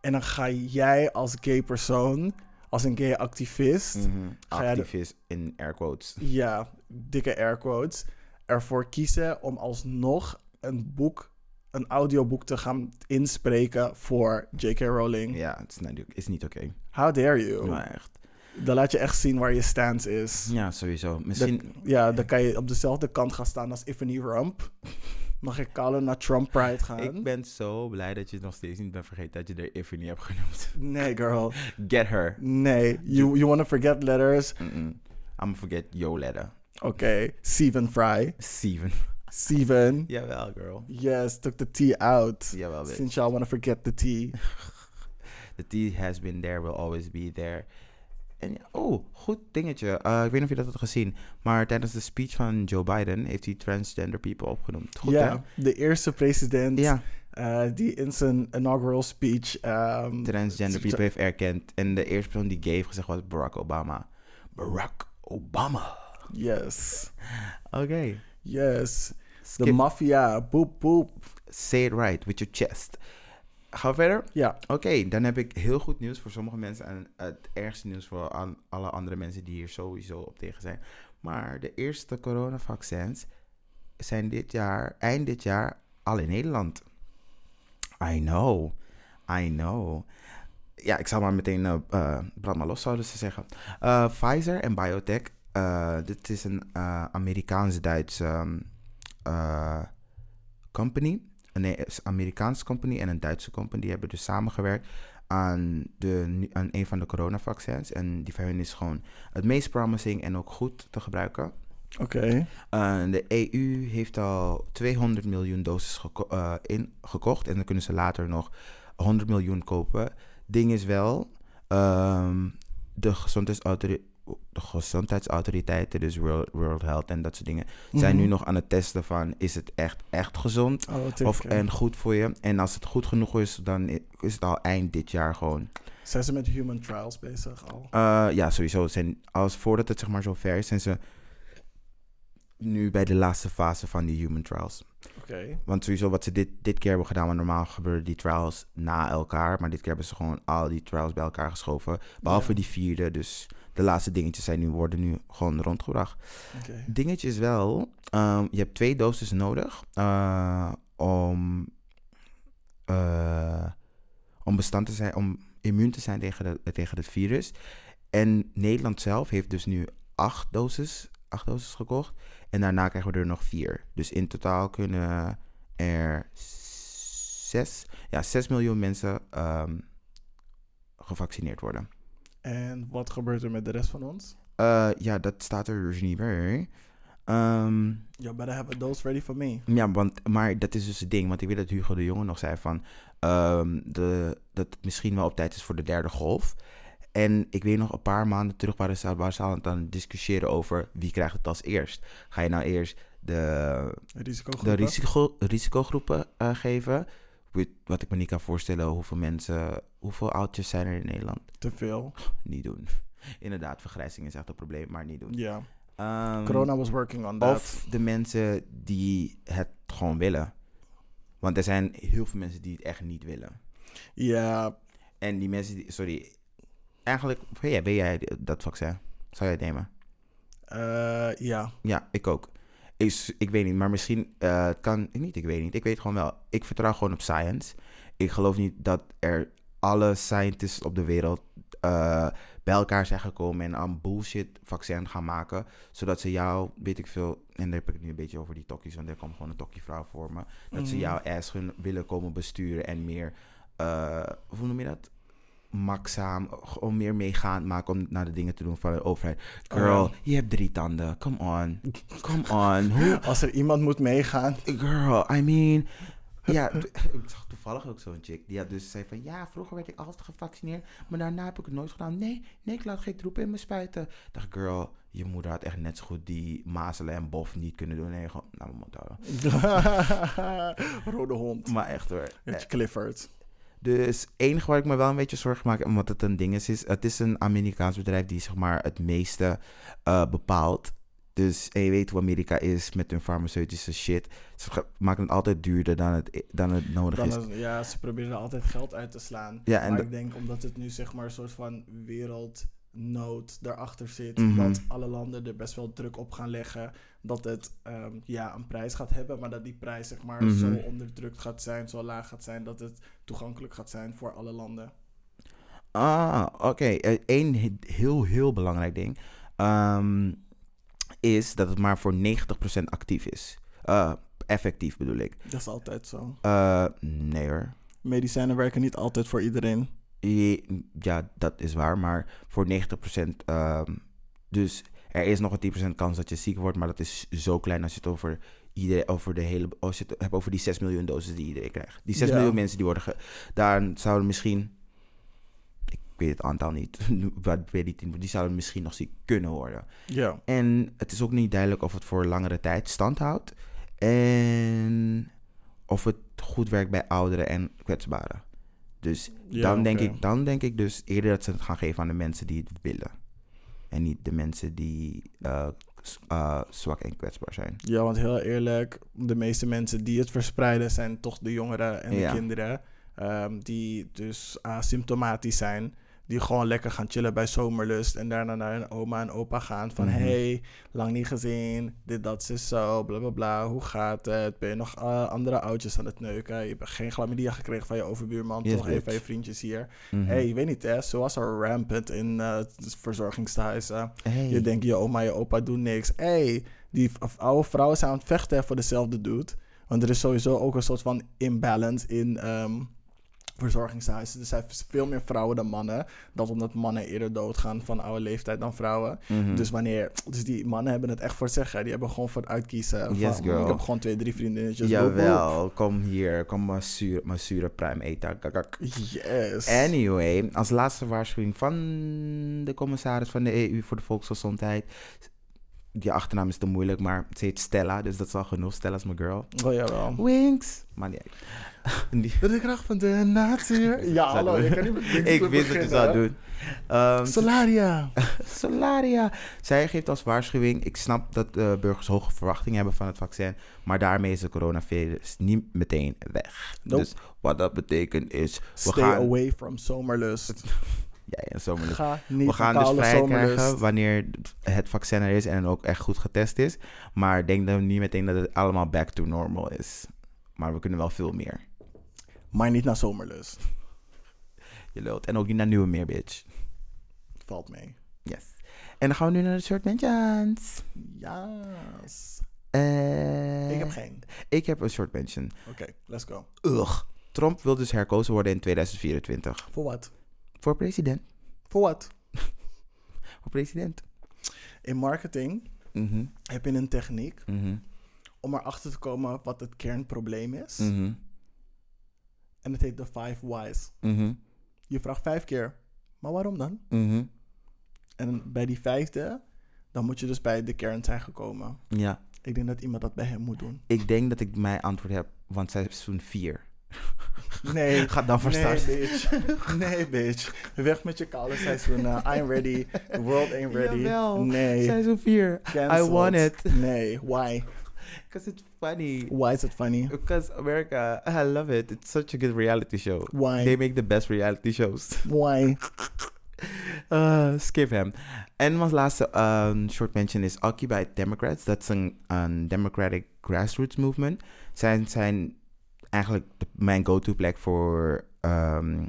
En dan ga jij als gay persoon, als een gay activist... Ga jij de-
Activist in air quotes. (laughs)
ja, dikke air quotes, ervoor kiezen om alsnog een boek, een audioboek te gaan inspreken voor J.K. Rowling.
Ja, het is, natuurlijk- is niet oké.
How dare you?
Maar echt.
Dan laat je echt zien waar je stance is.
Ja, sowieso.
Dat-
Misschien.
ja, dan kan je op dezelfde kant gaan staan als Iffany Rump. Mag ik kallen naar Trump Pride gaan?
Ik ben zo blij dat je het nog steeds niet bent vergeten dat je er even niet hebt genoemd. (laughs)
Nee, girl.
Get her.
Nee. You, you wanna forget letters?
Mm-mm. I'm forget yo letter.
Oké. Steven Fry.
Steven. (laughs)
Steven.
Jawel, girl. (laughs)
Yes, took the T out.
Jawel, bitch.
Since y'all wanna forget the T.
The tea has been there, will always be there. En ja, oh, goed dingetje. Eh, ik weet niet of je dat had gezien. Maar tijdens de speech van Joe Biden heeft hij transgender people opgenoemd. Goed,
ja, de eerste
hè?
president
Ja,
eh, die in zijn inaugural speech... ehm,
transgender people heeft erkend. En de eerste persoon die gay heeft gezegd was Barack Obama. Barack Obama.
yes,
Oké.
yes. De
Skip.
maffia, boep, boep.
Say it right with your chest. Gaan we verder?
Ja,
Oké, dan heb ik heel goed nieuws voor sommige mensen en het ergste nieuws voor aan alle andere mensen die hier sowieso op tegen zijn. Maar de eerste coronavaccins zijn dit jaar, eind dit jaar, al in Nederland. I know, I know. Ja, ik zal maar meteen eh eh, brand maar los, zouden ze zeggen. Eh, Pfizer en Biotech, eh, dit is een eh, Amerikaans-Duitse ehm, eh, company een E Amerikaanse company en een Duitse company. Die hebben dus samengewerkt aan, de, aan een van de coronavaccins. En die van hun is gewoon het meest promising en ook goed te gebruiken.
oké.
Eh, de EU heeft al 200 miljoen doses geko- eh, in, gekocht. En dan kunnen ze later nog 100 miljoen kopen. Ding is wel, ehm, de, gezondheidsautori- de gezondheidsautoriteiten, dus World, World Health en dat soort dingen, zijn nu
Mhm.
nog aan het testen van is het echt, echt gezond?
Oh, teken.
Of en goed voor je. En als het goed genoeg is, dan i- is het al eind dit jaar gewoon.
Zijn ze met human trials bezig al?
Eh, ja, sowieso. Het Zijn, als voordat het zeg maar zo ver is, zijn ze nu bij de laatste fase van die human trials.
Oké.
Want sowieso wat ze dit, dit keer hebben gedaan, want normaal gebeuren die trials na elkaar. Maar dit keer hebben ze gewoon al die trials bij elkaar geschoven. Behalve
Ja.
die vierde, dus de laatste dingetjes zijn nu, worden nu gewoon rondgebracht.
Oké.
Dingetje is wel, ehm, je hebt twee doses nodig eh, om, eh, om bestand te zijn, om immuun te zijn tegen, de, tegen het virus. En Nederland zelf heeft dus nu acht doses, acht doses gekocht. En daarna krijgen we er nog vier. Dus in totaal kunnen er zes, ja, zes miljoen mensen ehm, gevaccineerd worden.
En wat gebeurt er met de rest van ons?
Eh, ja, dat staat er dus niet bij. Ehm
You better have a dose ready for me.
Ja, want, maar dat is dus het ding. Want ik weet dat Hugo de Jonge nog zei van... ehm, de, dat het misschien wel op tijd is voor de derde golf. En ik weet nog een paar maanden terug waren ze, waren ze aan het aan het discussiëren over... wie krijgt het als eerst. Ga je nou eerst de, de
Risicogroepen.
risico, risicogroepen eh, geven? Weet- Wat ik me niet kan voorstellen hoeveel mensen... hoeveel oudjes zijn er in Nederland?
Te veel.
Niet doen. (laughs) Inderdaad, vergrijzing is echt een probleem, maar niet
Ja.
doen. Ehm,
Corona was working on that.
of de mensen die het gewoon willen. Want er zijn heel veel mensen die het echt niet willen.
Ja,
En die mensen die, sorry, eigenlijk, wil jij, wil jij dat vaccin? Zou jij het nemen?
eh, ja.
Ja, ik ook. Is, ik weet niet, maar misschien eh, het kan niet. Ik weet niet. Ik weet gewoon wel. Ik vertrouw gewoon op science. Ik geloof niet dat er alle scientists op de wereld eh, bij elkaar zijn gekomen en aan bullshit vaccin gaan maken. Zodat ze jou, weet ik veel, en daar heb ik het nu een beetje over die tokkies, want er komt gewoon een tokkievrouw voor me. Dat ze
Mhm.
jouw ass hun willen komen besturen en meer, eh, hoe noem je dat? Maxaam, gewoon meer meegaand maken om naar de dingen te doen van de overheid.
Oh,
Girl,
ja.
je hebt drie tanden. Come on.
(laughs)
Come on. Hoe?
Als er iemand moet meegaan. (laughs)
Girl, I mean. Ja, to- ik zag toevallig ook zo'n chick. Die had dus zei van ja, vroeger werd ik altijd gevaccineerd. Maar daarna heb ik het nooit gedaan. Nee, nee, ik laat geen troep in me spuiten. Ik dacht, girl, je moeder had echt net zo goed die mazelen en bof niet kunnen doen. Nee, gewoon naar mijn mond
(laughs)
houden.
Rode hond.
Maar echt hoor.
Met je Clifford.
Dus het enige waar ik me wel een beetje zorgen maak, omdat het een ding is, is het is een Amerikaans bedrijf die zeg maar het meeste eh, bepaalt. Dus en je weet hoe Amerika is met hun farmaceutische shit. Ze ge- maken het altijd duurder dan het, dan het nodig
Dan
is.
is- ja, ze proberen er altijd geld uit te slaan.
Ja, en
maar
de-
ik denk omdat het nu zeg maar een soort van wereldnood daarachter zit,
Mhm.
dat alle landen er best wel druk op gaan leggen, dat het ehm, ja, een prijs gaat hebben, maar dat die prijs zeg maar
Mhm.
zo onderdrukt gaat zijn, zo laag gaat zijn, dat het toegankelijk gaat zijn voor alle landen.
Ah, oké. Eén he- heel, heel belangrijk ding ehm, is dat het maar voor 90% actief is. Eh, effectief bedoel ik.
Dat is altijd zo.
Eh, nee hoor.
Medicijnen werken niet altijd voor iedereen.
Je- Ja, dat is waar, maar voor 90%. ehm, dus er is nog een 10% kans dat je ziek wordt, maar dat is zo klein als je het over, iedereen, over, de hele, als je het hebt over die 6 miljoen doses die iedereen krijgt. Die 6
Ja.
miljoen mensen die worden. Ge, daar zouden misschien. Ik weet het aantal niet, (laughs) wat weet ik niet, maar die zouden misschien nog ziek kunnen worden.
Ja.
En het is ook niet duidelijk of het voor langere tijd stand houdt. En of het goed werkt bij ouderen en kwetsbaren. Dus
Ja,
dan, denk
oké.
ik, dan denk ik dus eerder dat ze het gaan geven aan de mensen die het willen. En niet de mensen die eh, s- eh, zwak en kwetsbaar zijn.
Ja, want heel eerlijk, de meeste mensen die het verspreiden zijn toch de jongeren en de
Ja.
kinderen. ehm, die dus asymptomatisch zijn. Die gewoon lekker gaan chillen bij zomerlust. En daarna naar hun oma en opa gaan. Van
Mhm.
hey, lang niet gezien. Dit, dat, zus, zo. Bla bla bla. Hoe gaat het? Ben je nog eh, andere oudjes aan het neuken? Je hebt geen chlamydia gekregen van je overbuurman.
Yes,
toch even
bitch.
je vriendjes hier.
Mhm.
Hey, ik weet niet hè. Zo was er rampant in eh, verzorgingstehuizen.
Hey.
Je denkt, je oma, je opa doen niks. hey, die v- oude vrouwen zijn aan het vechten voor dezelfde dude. Want er is sowieso ook een soort van imbalance in ehm verzorgingshuizen. Er zijn veel meer vrouwen dan mannen. Dat omdat mannen eerder doodgaan van oude leeftijd dan vrouwen.
Mhm.
Dus wanneer... Dus die mannen hebben het echt voor het zeggen. Die hebben gewoon voor het uitkiezen. van,
Yes, girl.
Ik heb gewoon twee, drie vriendinnetjes. boep, boep."
Jawel, kom hier. Kom maar zure, maar zure prime eten. Kakak.
Yes.
Anyway, als laatste waarschuwing van de commissaris van de EU voor de volksgezondheid. Die achternaam is te moeilijk, maar ze heet Stella, dus dat is al genoeg. Stella is mijn girl.
Oh, jawel.
Winks! Maar niet uit. (laughs) Die-
De kracht van de (laughs) natuur. Ja,
zou
hallo.
doen.
Ik
(laughs)
kan niet met-
Ik wist dat je zou doen. Ehm,
Solaria.
Solaria. Zij geeft als waarschuwing: Ik snap dat eh, burgers hoge verwachtingen hebben van het vaccin, maar daarmee is het coronavirus niet meteen weg.
Nope.
Dus wat dat betekent is:
Stay
gaan-
away from zomerlust.
ja, ja, zo maar
Ga niet
We gaan dus
naar koude
vrijheid
zomerlust.
krijgen wanneer het vaccin er is en ook echt goed getest is. Maar denk dan niet meteen dat het allemaal back to normal is. Maar we kunnen wel veel meer.
Maar niet naar zomerlust.
Je lult. En ook niet naar nieuwe meer, bitch.
Valt mee.
Yes. En dan gaan we nu naar de short mentions.
Yes.
Eh,
Ik heb geen.
ik heb een short mention.
Oké, let's go.
Ugh. Trump wil dus herkozen worden in 2024.
Voor wat?
Voor president.
Voor wat?
Voor president.
In marketing
Mhm.
heb je een techniek
Mhm.
om erachter te komen wat het kernprobleem is.
Mhm.
En het heet de Five Whys.
Mhm.
Je vraagt vijf keer, maar waarom dan?
Mhm.
En bij die vijfde, dan moet je dus bij de kern zijn gekomen.
Ja.
Ik denk dat iemand dat bij hem moet doen.
Ik denk dat ik mijn antwoord heb, want zij is seizoen 4. (laughs)
Nee.
Ga dan voor
Nee,
start.
bitch.
(laughs)
Nee, bitch. Weg met je koude seizoenen. I'm ready. The world ain't ready.
Jawel.
Nee.
Seizoen 4.
Cancelled.
I want it.
Nee. Why?
Because it's funny.
Why is it funny?
Because America, I love it. It's such a good reality show.
Why?
They make the best reality shows. (laughs)
Why?
Uh, skip hem. En als laatste um, short mention is Occupy Democrats. Dat is een, een democratic grassroots movement. Zij zijn eigenlijk de- mijn go-to plek voor ehm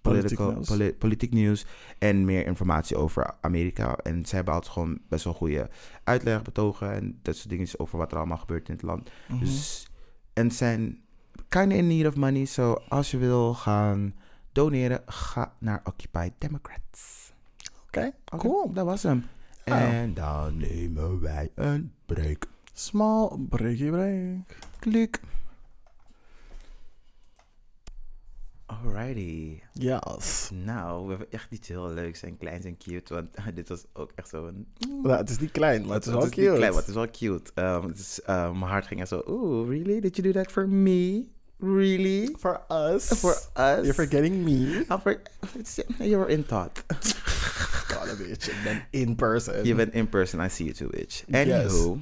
political,
nieuws.
poli- politiek nieuws en meer informatie over Amerika. En zij hebben altijd gewoon best wel goede uitleg, betogen en dat soort dingen over wat er allemaal gebeurt in het land. Dus, en zijn kind in need of money. So als je wil gaan doneren, ga naar Occupy Democrats.
Oké,
Oké,
cool.
Dat was hem.
Ah.
En dan nemen wij een break.
Small breaky break.
Klik. Alrighty.
Yes.
Nou, we hebben echt iets heel leuks en kleins en cute. Want (laughs) dit was ook echt zo'n...
Nou, het is niet klein, maar het is wel
niet
cute.
klein, maar het is wel cute. Ehm, het is, eh, mijn hart ging echt zo... Ooh, really? Did you do that for me? Really?
For us.
(laughs) For us?
You're forgetting me.
I'll for- You were in
(laughs)
thought.
God, een bitch. Ik ben in person.
Je bent in person, I see you too, bitch. Anywho.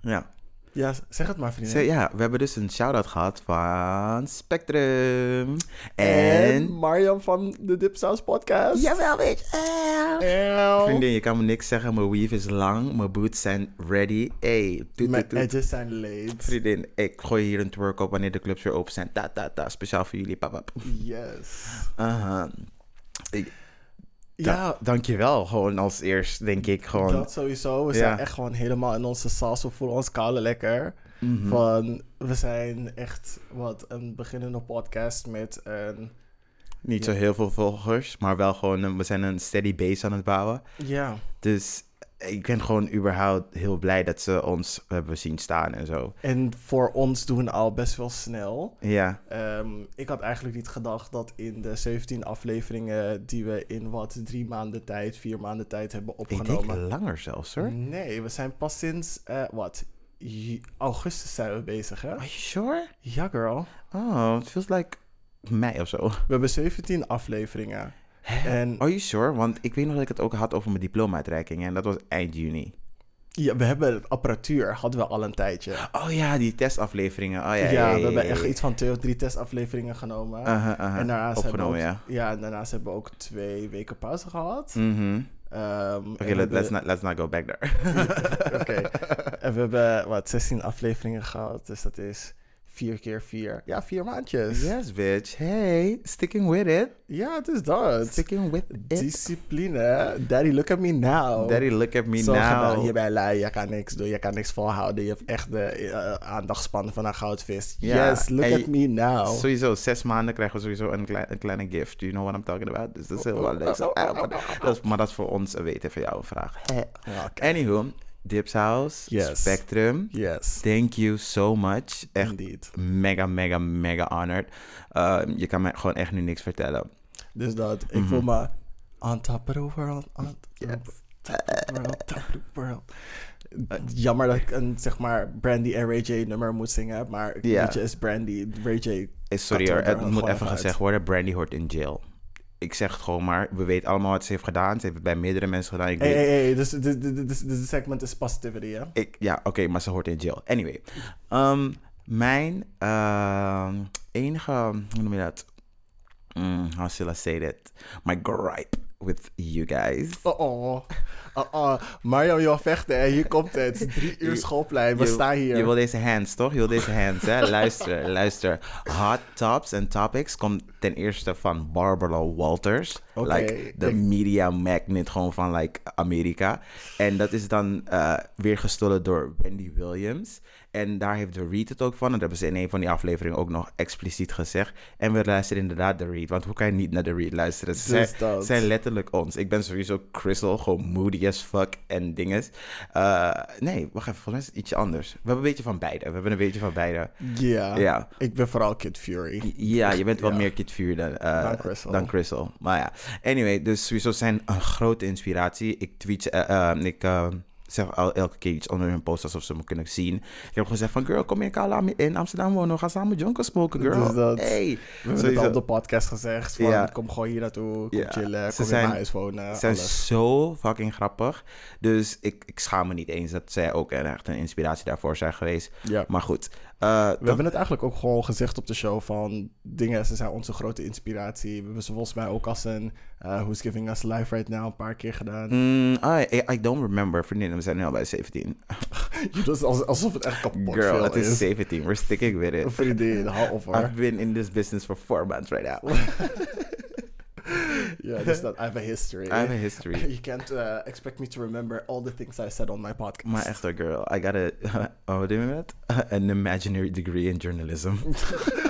Ja,
Ja, zeg het maar, vriendin.
Zo, ja, we hebben dus een shout-out gehad van Spectrum.
En
En...
Mariam van de Dipsaus podcast.
Jawel, bitch. Eh.
Eeuw.
Vriendin, je kan me niks zeggen. Mijn weave is lang. Mijn boots zijn ready. Hey, doet
Mijn
het
edges zijn late.
Vriendin, ik gooi hier een twerk op wanneer de clubs weer open zijn. Ta, ta, ta. Speciaal voor jullie, papa.
Yes.
Aha. Ik-
Ja,
dankjewel. Gewoon als eerst, denk ik. Gewoon.
dat sowieso. We
Ja.
zijn echt gewoon helemaal in onze sas. We voelen ons koude lekker. Van, we zijn echt wat een beginnende podcast met een...
Niet zo heel veel volgers, maar wel gewoon, een- we zijn een steady base aan het bouwen.
Ja,
Dus ik ben gewoon überhaupt heel blij dat ze ons hebben zien staan en zo.
en voor ons doen we al best wel snel.
Ja,
Ehm, ik had eigenlijk niet gedacht dat in de 17 afleveringen die we in wat drie maanden tijd, vier maanden tijd hebben
ik denk
opgenomen. Mm.
langer zelfs hoor.
Nee, we zijn pas sinds, eh, wat, Ju- augustus zijn we bezig hè?
Are you sure?
Ja girl.
Oh, it feels like mei of zo.
We hebben 17 afleveringen. En
Are you sure? Want ik weet nog dat ik het ook had over mijn diploma-uitreiking en dat was eind juni.
ja, we hebben het apparatuur, hadden we al een tijdje.
Oh ja, die testafleveringen. Oh ja,
Ja,
ja,
we
ja,
hebben
ja,
echt
ja.
iets van twee of drie testafleveringen genomen.
Aha, aha.
En daarnaast
Opgenomen,
hebben
ja.
we ook, ja. en daarnaast hebben we ook twee weken pauze gehad.
Mhm.
Ehm,
Oké,
en we
let- let's,
hebben-
not, let's not go back there.
(laughs) Oké. En we hebben, wat, 16 afleveringen gehad. Dus dat is vier keer vier. Ja, vier
(laughs)
maandjes.
Yes, bitch. Hey, sticking with it.
Ja, het is dat.
Sticking with it.
Discipline. hè? Daddy, look at me now.
Daddy, look at me
Zo gedaan.
now.
Je bent lui, je kan niks doen, je kan niks volhouden. Je hebt echt de eh, aandachtspannen van een goudvis.
Ja,
Yes, look
en
at
je-
me now.
Sowieso, zes maanden krijgen we sowieso een, klein, een kleine gift. You know what I'm talking about? Dus dat is heel leuk.
(laughs)
Zo, ah, maar dat is- Maar dat is voor ons een weten van jou een vraag.
Ja, oké.
Anywho, Dips House,
Yes.
Spectrum.
Yes,
Thank you so much. Echt
indeed.
mega, mega, mega honored. Uh, je kan me gewoon echt nu niks vertellen.
Dus dat,
Mhm.
ik voel me on top of the world, on top of the world, top of the world. Eh, Jammer dat ik een, zeg maar, Brandy en Ray J nummer moet zingen, maar het
Ja.
liedje is Brandy, Ray J.
Eh, Sorry
Cut
hoor,
er
het
gewoon
moet even
even uit.
gezegd worden. Brandy hoort in jail. Ik zeg het gewoon maar. We weten allemaal wat ze heeft gedaan. Ze heeft het bij meerdere mensen gedaan. Ik
Hey,
weet-
hey, hey, dus dit dit- dit- dit- dit segment is positivity, hè?
Ik, ja, oké, maar ze hoort in jail. Anyway. ehm, mijn ehm, enige, hoe noem je dat? Mm, how shall I say that? My gripe with you guys.
Oh oh, oh oh, Mario, joh, vechten, hè? hier komt het. Drie uur
Je-
schoolplein, we
Je-
staan hier.
Je wil deze hands, toch? Je wil deze hands,
(laughs)
hè? Luister, luister. Hot tops en topics komt ten eerste van Barbara Walters.
Oké,
like, de
ik-
media magnet gewoon van, like, Amerika. En dat is dan eh, weer gestolen door Wendy Williams. En daar heeft de Reed het ook van. En dat hebben ze in een van die afleveringen ook nog expliciet gezegd. En we luisteren inderdaad de Reed. Want hoe kan je niet naar de Reed luisteren? Ze
Dus
zijn-
dat.
zijn letterlijk ons. Ik ben sowieso Crystal, gewoon moody as fuck en dinges. Eh, nee, wacht even, volgens mij is het ietsje anders. We hebben een beetje van beide. We hebben een beetje van beide.
Ja,
Ja.
ik ben vooral Kid Fury.
Ja, je bent wel
Ja.
meer Kid Fury dan, eh,
Dan Crystal.
dan Crystal. Maar ja, anyway, dus sowieso zijn een grote inspiratie. Ik tweet, eh, eh, ik eh, zeg al elke keer iets onder hun post alsof ze me kunnen zien. Ik heb gezegd van, girl, kom in, Kala, in Amsterdam wonen. We gaan samen jonken smoken, girl.
Dus dat.
Hey.
We hebben het al
Sowieso.
op de podcast gezegd, van,
Ja.
kom gewoon hier naartoe, kom
Ja,
chillen, kom
ze
in mijn
zijn-
huis wonen,
Ze zijn
alles.
zo fucking grappig. Dus ik, ik schaam me niet eens dat zij ook een- echt een inspiratie daarvoor zijn geweest.
Ja.
Maar goed. eh,
We
dat-
hebben het eigenlijk ook gewoon gezegd op de show van dingen, ze zijn onze grote inspiratie. We hebben ze volgens mij ook als een eh, Who's Giving Us Life Right Now een paar keer gedaan. (laughs)
Mm, I, I- I don't remember. Vriendin, we zijn nu al bij 17.
Dat is als- alsof het echt kapot
Girl,
veel
het is 17. We're sticking with it.
Vriendin, hou op hoor.
I've been in this business for four months right now.
Ja, dus dat, I have a history.
I have a history.
(laughs) You can't eh, expect me to remember all the things I said on my podcast. (laughs)
Maar echt hoor, girl. I got a... (laughs) Oh, wat doen we met? (laughs) An imaginary degree in journalism.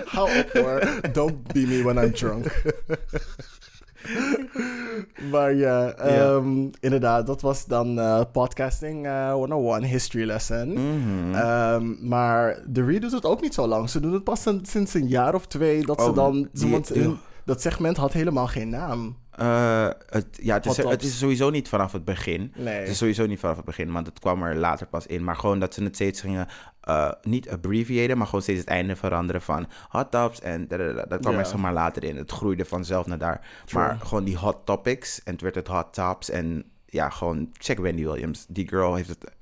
Hou op hoor.
(laughs)
Don't be me when I'm drunk. (laughs) maar ja, ehm, inderdaad, dat was dan eh, Podcasting eh, 101 History Lesson.
Mhm.
Ehm, maar de Reed doet het ook niet zo lang. Ze doen het pas een- sinds een jaar of twee dat ze
Oh,
dan...
die-
want
die-
hun- dat segment had helemaal geen naam.
Eh, het, ja, het is,
Hot
het
tops.
is sowieso niet vanaf het begin.
Nee.
Het is sowieso niet vanaf het begin, want het kwam er later pas in. Maar gewoon dat ze het steeds gingen, eh, niet abbreviëren, maar gewoon steeds het einde veranderen van hot tops en dadadada. dat kwam
Ja.
er zomaar later in. Het groeide vanzelf naar daar. Maar gewoon die hot topics en het werd het hot tops en ja, gewoon check Wendy Williams. Die girl heeft het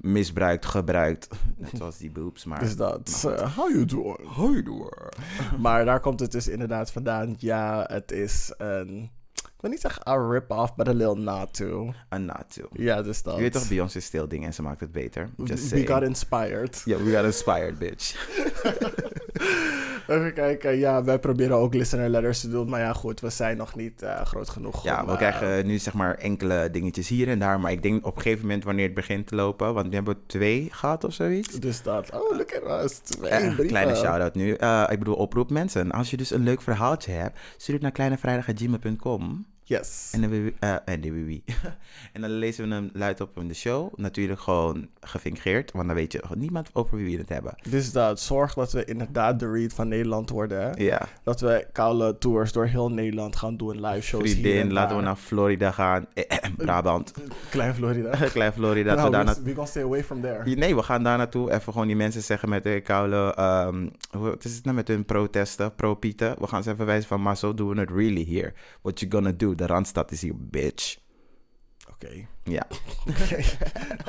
misbruikt,
(laughs)
gebruikt, net zoals die boobs, maar...
Dus dat. eh, how you doing?
Hoi door.
(laughs) Maar daar komt het dus inderdaad vandaan. Ja, het is een... Ik wil niet zeggen a rip-off, but a little nod to.
En naartoe.
Ja, dus dat.
Je weet toch, Beyoncé steelt dingen en ze maakt het beter. Just
We
saying.
got inspired.
Yeah, we got inspired, bitch.
Even kijken. Ja, wij proberen ook listener letters te doen. Maar ja, goed, we zijn nog niet eh, groot genoeg.
Ja,
om,
we
eh,
krijgen nu zeg maar enkele dingetjes hier en daar. Maar ik denk op een gegeven moment wanneer het begint te lopen. Want we hebben twee gehad of zoiets.
Dus dat. Oh, look at us. Twee
Eh,
brieven.
kleine shout-out nu. Eh, ik bedoel, oproep mensen. Als je dus een leuk verhaaltje hebt, stuur het naar kleinevrijdag.gmail.com.
Yes.
En dan, we- eh, en, dan we- (laughs) en dan lezen we hem luid op in de show. Natuurlijk gewoon gefingeerd, want dan weet je gewoon niemand over wie we het hebben.
Dus dat. Zorg dat we inderdaad de read van Nederland worden. hè.
Ja,
Dat we koude tours door heel Nederland gaan doen. Live shows hier en
vriendin, laten we nou-
daar.
naar Florida gaan. Eh,
(laughs)
Brabant,
Klein Florida.
klein Florida. dat
Nou,
we daar
we,
naar-
we gonna stay away from there.
Ja, Nee, we gaan daar naartoe. Even gewoon die mensen zeggen met de koude. ehm, hoe- wat is het nou met hun protesten, pro-pieten? We gaan ze even wijzen van, maar zo doen we het really here. What you gonna do? De Randstad is hier, bitch.
Oké. (laughs)
Ja.
Oké,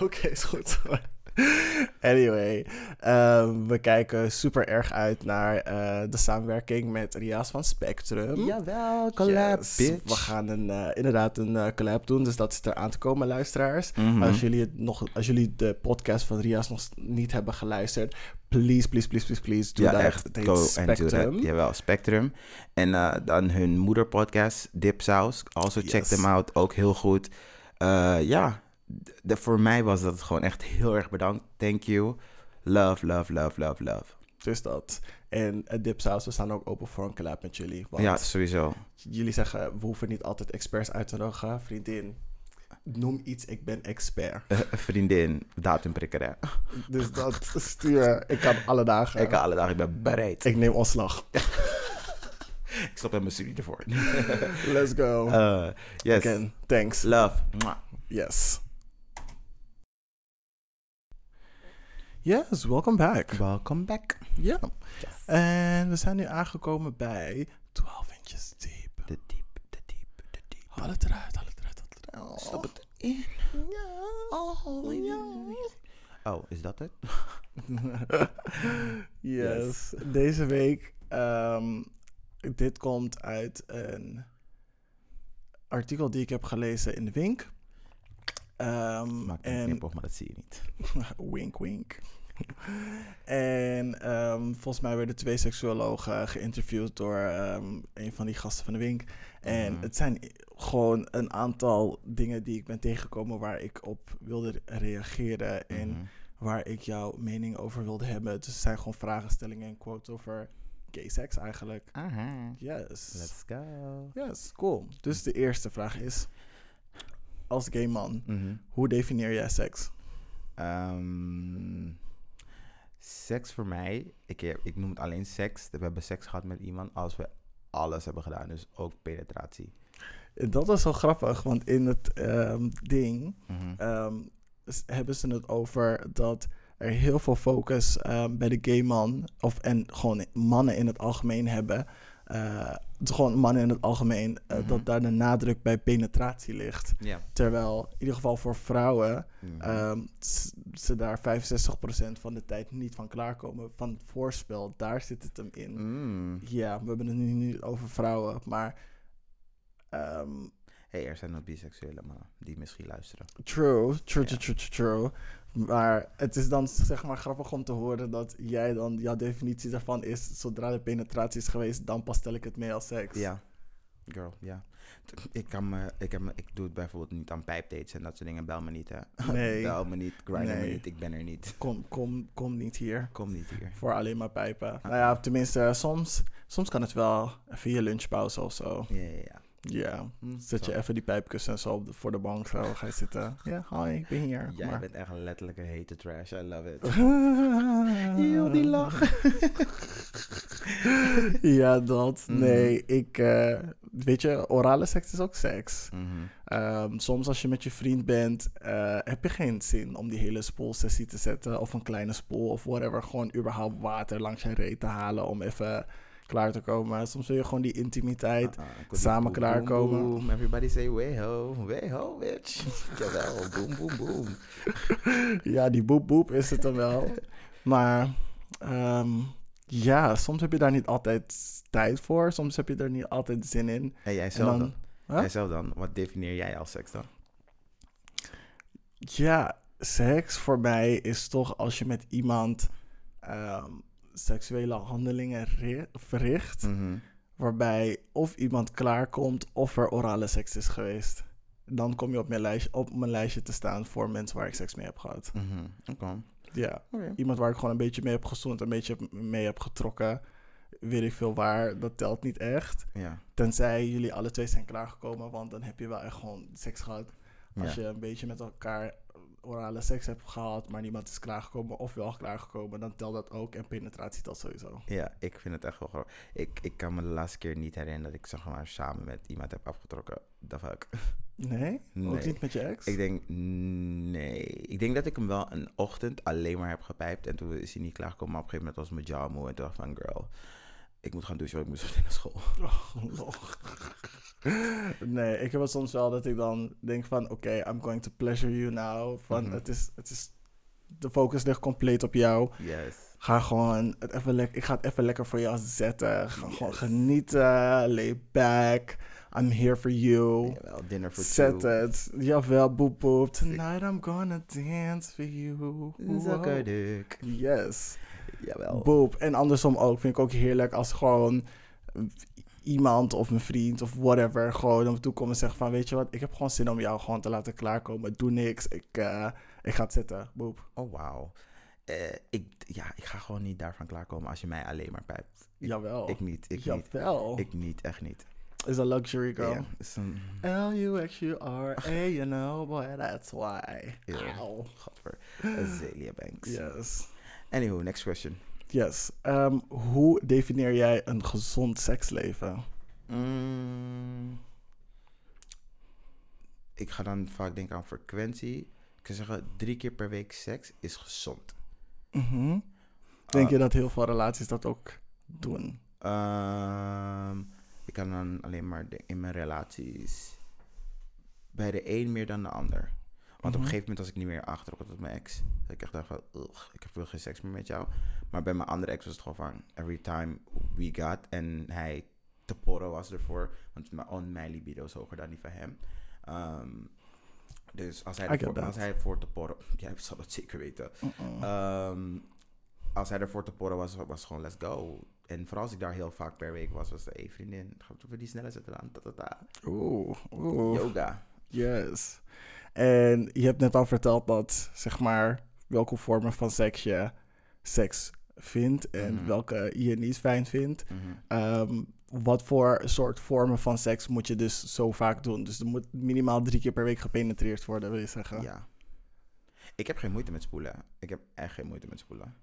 Oké, is goed. (laughs) Anyway, ehm, we kijken super erg uit naar eh, de samenwerking met Ria's van Spectrum.
Jawel,
Yes, We gaan een, eh, inderdaad een eh, collab doen, dus dat zit eraan te komen, luisteraars.
Mhm.
Als, jullie het nog, als jullie de podcast van Ria's nog s- niet hebben geluisterd, please, please, please, please, please, doe
ja,
dat.
echt.
Het heet
Go and do
Spectrum.
that. Jawel, Spectrum. En eh, dan hun moederpodcast, Dip Saus. Also check
Yes.
them out, ook heel goed. Eh, ja, d- de, voor mij was dat gewoon echt heel erg bedankt. Thank you. Love, love, love, love, love.
Dus dat. En eh, Dipsaus, we staan ook open voor een collab met jullie. Want
Ja, sowieso.
jullie zeggen, we hoeven niet altijd experts uit te nodigen. Vriendin, noem iets, ik ben expert.
Eh, (laughs) vriendin, datumprikkerij. (laughs)
Dus dat stuur, ik kan alle dagen.
Ik alle dagen, ik ben bereid.
Ik neem
(laughs)
ontslag.
Ik stop met mijn studie ervoor.
Let's
(laughs)
go.
Eh, yes.
Again, thanks.
Love. Mwah.
Yes. Yes, welcome back.
Welcome back.
Ja. En we zijn nu aangekomen bij 12 inches deep.
De diep, de diep, de diep.
Haal het eruit, haal het eruit, haal het eruit.
Stop het in.
Ja.
Oh, oh, is dat het? (laughs)
yes. Deze week. ehm, dit komt uit een artikel die ik heb gelezen in de Wink. Ehm,
Maak een
en
knipoog, maar dat zie je niet.
(laughs) wink, wink. en ehm, volgens mij werden twee seksuologen eh, geïnterviewd door ehm, een van die gasten van de Wink. En
Mhm.
het zijn i- gewoon een aantal dingen die ik ben tegengekomen waar ik op wilde reageren. En
Mhm.
waar ik jouw mening over wilde hebben. Dus het zijn gewoon vragenstellingen en quotes over gay seks eigenlijk.
Aha.
Yes.
Let's go.
Yes, cool. Dus de eerste vraag is, als gay man,
Mhm.
hoe definieer jij seks?
Ehm, seks voor mij, ik, heb- ik noem het alleen seks. We hebben seks gehad met iemand als we alles hebben gedaan. Dus ook penetratie.
Dat is wel grappig, want in het ehm, ding
Mhm.
ehm, s- hebben ze het over dat er heel veel focus ehm, bij de gay man, of en gewoon mannen in het algemeen hebben, eh, het is gewoon mannen in het algemeen, eh,
Mhm.
dat daar de nadruk bij penetratie ligt.
Ja.
Terwijl, in ieder geval voor vrouwen,
Mhm.
ehm, s- ze daar 65% van de tijd niet van klaarkomen. Van het voorspel, daar zit het hem in.
Mm.
Ja, we hebben het nu niet over vrouwen, maar. ehm,
Hey, er zijn nog biseksuele mannen die misschien luisteren.
true, true,
Ja.
true, true, true, true. Maar het is dan zeg maar grappig om te horen dat jij dan, jouw definitie daarvan is, zodra de penetratie is geweest, dan pas stel ik het mee als seks.
Ja. Girl, ja. T- Ik, kan me, ik, heb me, ik doe het bijvoorbeeld niet aan pijpdates en dat soort dingen. Bel me niet, hè.
Nee.
Bel me niet, grind me
Nee.
niet, ik ben er niet.
Kom, kom, kom niet hier.
Kom niet hier.
Voor alleen maar pijpen. Nou ja, tenminste, soms, soms kan het wel via lunchpauze of zo.
Ja, ja, ja.
Ja.
Hm,
Zet
zo.
je even die pijpkussen en zo op de- voor de bank zo. Ga je zitten. Ja, hi, ik ben hier.
Jij
maar... (laughs)
bent echt letterlijk een hete trash, I love it. Heel die lach.
(laughs) ja, dat.
Mhm.
Nee, ik... eh, weet je, orale seks is ook seks.
Mhm.
Ehm, soms als je met je vriend bent, eh, heb je geen zin om die hele spoelsessie te zetten. Of een kleine spoel of whatever. Gewoon überhaupt water langs je reet te halen om even klaar te komen. Soms wil je gewoon die intimiteit.
Ah, ah, ik wil
samen
die boem, boem,
klaarkomen.
boem. Everybody say way ho, way ho, bitch. (laughs) Jawel, boom, boom, boom. ah.
Ja, die boep boep is het dan
(laughs)
wel. maar ehm, ja, soms heb je daar niet altijd tijd voor. Soms heb je er niet altijd zin in.
En jij zelf
dan-
dan?
Huh?
Jij zelf dan? Wat definieer jij als seks dan?
Ja, seks voor mij is toch als je met iemand ehm, seksuele handelingen ri- verricht.
Mhm.
Waarbij of iemand klaarkomt of er orale seks is geweest. Dan kom je op mijn, lijstje, op mijn lijstje te staan voor mensen waar ik seks mee heb gehad.
Mhm. Oké.
Ja.
Oké.
Iemand waar ik gewoon een beetje mee heb gezoend, een beetje mee heb getrokken. Weet ik veel waar, dat telt niet echt.
Ja.
Tenzij jullie alle twee zijn klaargekomen, want dan heb je wel echt gewoon seks gehad. Als
Ja.
je een beetje met elkaar orale seks hebt gehad, maar niemand is klaargekomen of wel klaargekomen, dan telt dat ook. En penetratie telt sowieso.
Ja, ik vind het echt wel grappig. Ik, ik kan me de laatste keer niet herinneren dat ik zeg maar samen met iemand heb afgetrokken. The
(laughs)
fuck.
Nee? Ook
Nee.
niet met je ex?
Ik denk, nee. Ik denk dat ik hem wel een ochtend alleen maar heb gepijpt. En toen is hij niet klaargekomen. Maar op een gegeven moment was mijn jaw moe. En toen dacht ik van, girl, ik moet gaan douchen, want ik moet zo meteen naar
(laughs)
school.
Oh, lol. nee, ik heb het soms wel dat ik dan denk van... Oké, I'm going to pleasure you now. Van,
Mhm.
het is, het is, de focus ligt compleet op jou.
Yes.
Ga gewoon het even lekker... Ik ga het even lekker voor jou zetten. Ga gewoon
Yes.
genieten. Lay back. I'm here for you.
Jawel, dinner for
Zet
two.
het. Jawel, boep boep. Tonight I'm gonna dance for you. eh, Wow.
Zakkerduk.
Yes.
Jawel.
Boep. En andersom ook. Vind ik ook heerlijk als gewoon iemand of een vriend of whatever gewoon naar me toe komt en zegt van... Weet je wat, ik heb gewoon zin om jou gewoon te laten klaarkomen. Doe niks. Ik, eh, ik ga het zitten. Boep.
oh, wauw. Eh, ik, ja, ik ga gewoon niet daarvan klaarkomen als je mij alleen maar pijpt. Ik,
Jawel.
ik niet, ik niet.
Jawel.
Ik niet, echt niet.
Is a luxury girl.
Ja, is een...
L-U-X-U-R-A, you know, boy, that's why.
Ja.
Ow.
Gadver. Azalea Banks.
Yes.
Anywho, next question.
Yes. Ehm, hoe definieer jij een gezond seksleven?
Mm. Ik ga dan vaak denken aan frequentie. Ik kan zeggen, drie keer per week seks is gezond.
Mhm. Denk
Ah,
je dat heel veel relaties dat ook doen?
ehm, ik kan dan alleen maar de- in mijn relaties bij de een meer dan de ander. Want op een
Mhm.
gegeven moment was ik niet meer aangetrokken tot mijn ex. Dat ik echt dacht van, "Ugh, ik heb veel geen seks meer met jou. Maar bij mijn andere ex was het gewoon van, every time we got. En hij te porren was ervoor. Want mijn, on mijn libido is hoger dan die van hem. Ehm, dus als hij,
I get
ervoor,
that.
als hij ervoor te porren... (laughs) Jij zal dat zeker weten.
Mm-mm.
Ehm, als hij ervoor te porren was, was gewoon let's go. En vooral als ik daar heel vaak per week was, was de hey, vriendin, gaan we die snelle zetten aan, tatata.
Oeh, oeh.
Yoga.
Yes. En je hebt net al verteld dat, zeg maar, welke vormen van seks je seks vindt en
Mhm.
welke je niet fijn vindt.
Mhm.
Ehm, wat voor soort vormen van seks moet je dus zo vaak doen? Dus er moet minimaal drie keer per week gepenetreerd worden, wil je zeggen?
Ja. Ik heb geen moeite met spoelen. Ik heb echt geen moeite met spoelen.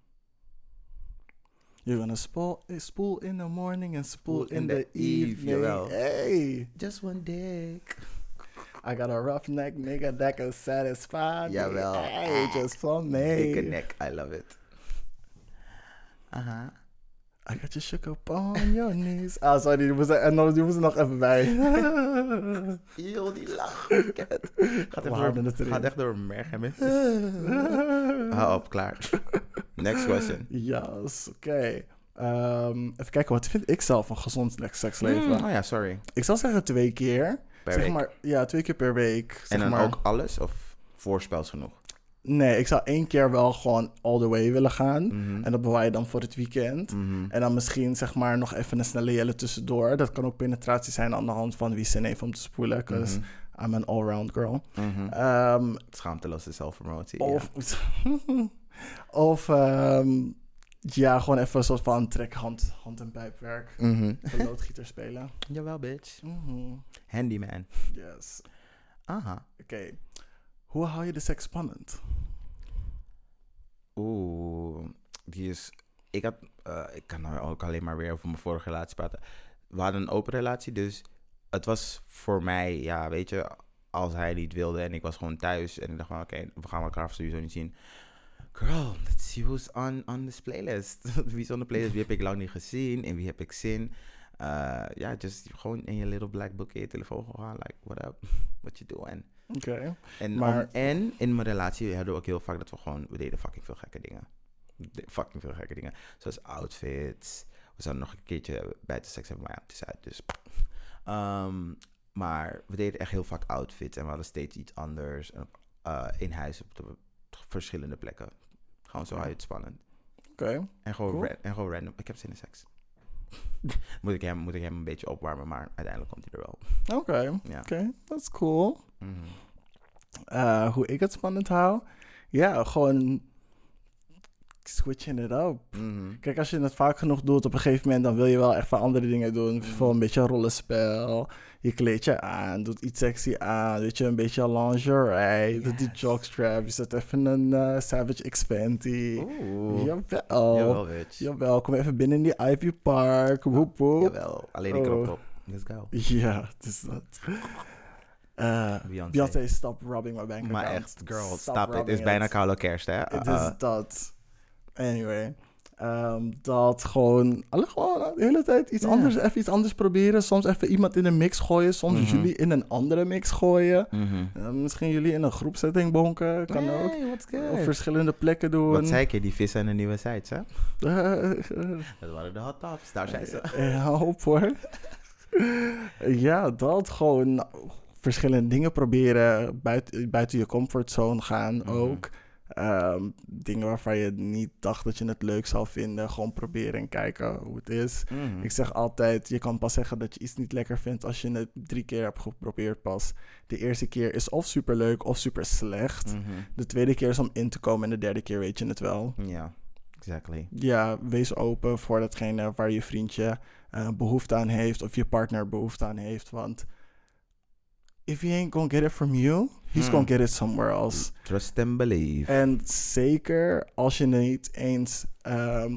You're gonna spool, spool in the morning and spool
Spool
in, the, evening.
jawel.
Hey,
Just one dick.
I got a rough neck, nigga, that can satisfy me.
Jawel.
Hey, just for
Dikke
me.
nek, I love it. Aha.
I got you shook up on your knees. Ah, sorry, die moest er, en nog- die moest er nog even
(laughs)
bij.
Yo, die lach. (laughs) Ik heb het. Gaat
We
echt
houden
door,
het erin.
gaat echt door mijn merg en mijn- (laughs) Hou op, klaar. Next question.
yes, oké. Ehm, even kijken, wat vind ik zelf een gezond seksleven?
Hmm, oh ja, sorry.
Ik zal zeggen twee keer.
Per
zeg
week.
maar, ja, twee keer per week. Zeg
en dan
maar.
ook alles of voorspels genoeg?
Nee, ik zou één keer wel gewoon all the way willen gaan.
Mhm.
En dat bewaar je dan voor het weekend.
Mhm.
En dan misschien zeg maar nog even een snelle jelle tussendoor. Dat kan ook penetratie zijn aan de hand van wie zin heeft om te spoelen. Because I'm an all-round girl.
Mhm.
Ehm,
Schaamteloze zelfpromotie.
of (laughs) of ehm, ja, gewoon even een soort van trekhand hand en (laughs) pijpwerk.
ja. Mhm.
Een loodgieter spelen.
Jawel, bitch.
Mhm.
Handyman.
Yes.
Aha.
Oké. Hoe hou je de seks spannend?
Oeh, die is. Ik had. eh, ik kan nou ook alleen maar weer over mijn vorige relatie praten. We hadden een open relatie, dus het was voor mij, ja, weet je, als hij niet wilde en ik was gewoon thuis en ik dacht van, oké, we gaan elkaar sowieso niet zien. Girl, let's see who's on, on this playlist. (laughs) wie is on the playlist? Wie heb ik lang niet gezien? In wie heb ik zin? Eh, Ja, just gewoon in je little black book in je telefoon gewoon gaan, like, what up? (laughs) What you doing?
Oké.
En,
Maar-
om- en in mijn relatie hadden we ook heel vaak dat we gewoon... We deden fucking veel gekke dingen. We deden fucking veel gekke dingen. Zoals outfits. We zouden nog een keertje buiten seks hebben, maar ja, het is uit. Dus... Ehm, maar we deden echt heel vaak outfits. En we hadden steeds iets anders. En op- eh, in huis op de verschillende plekken. Gewoon zo hou je het spannend.
Oké.
En gewoon,
Cool.
ra- en gewoon random. Ik heb zin in seks. (laughs) moet, ik hem, moet ik hem een beetje opwarmen, maar uiteindelijk komt hij er wel.
Oké, oké,
Ja.
that's cool.
Mhm.
Eh, hoe ik het spannend hou? Ja, gewoon switching it up.
Mhm.
Kijk, als je het vaak genoeg doet op een gegeven moment, dan wil je wel echt van andere dingen
Mm.
doen. Bijvoorbeeld een beetje rollenspel. Je kleed je aan, doet iets sexy aan. Weet je, een beetje lingerie. Doet die
Yes.
jockstrap. Je zet even een eh, Savage X panty.
Oeh.
Jawel.
Jawel, bitch.
Jawel, kom even binnen in die Ivy Park. Woep woep.
Jawel. Alleen die krop
Oh.
op. Let's go.
Ja, het is
(laughs)
dat. Eh,
Beyoncé.
Beyoncé, stop rubbing my bank
Maar
account.
echt, girl, stop it. Het
rubbing
is bijna koude kerst, hè?
Het
Uh,
is dat. Anyway. Ehm, dat gewoon, alle gewoon de hele tijd iets
Ja.
anders, even iets anders proberen. Soms even iemand in een mix gooien. Soms
Mhm.
jullie in een andere mix gooien.
mhm.
Eh, misschien jullie in een groepsetting bonken, kan ook.
Hey, what's good?
Op verschillende plekken doen.
Wat zei ik je? Die vissen en de nieuwe sites, hè?
Eh, eh,
Dat waren de hot tops. Daar zijn ze.
eh, hou op hoor. ja, dat gewoon nou, verschillende dingen proberen. Buiten, buiten je comfortzone gaan
Mhm.
ook. Ehm, dingen waarvan je niet dacht dat je het leuk zou vinden. Gewoon proberen en kijken hoe het is.
Mhm.
Ik zeg altijd, je kan pas zeggen dat je iets niet lekker vindt als je het drie keer hebt geprobeerd pas. De eerste keer is of super leuk of super slecht.
Mhm.
De tweede keer is om in te komen en de derde keer weet je het wel.
Ja, exactly.
Ja, wees open voor datgene waar je vriendje eh, behoefte aan heeft of je partner behoefte aan heeft. Want if he ain't gonna get it from you, he's
Hmm.
gonna get it somewhere else.
Trust and believe.
En zeker als je niet eens ehm,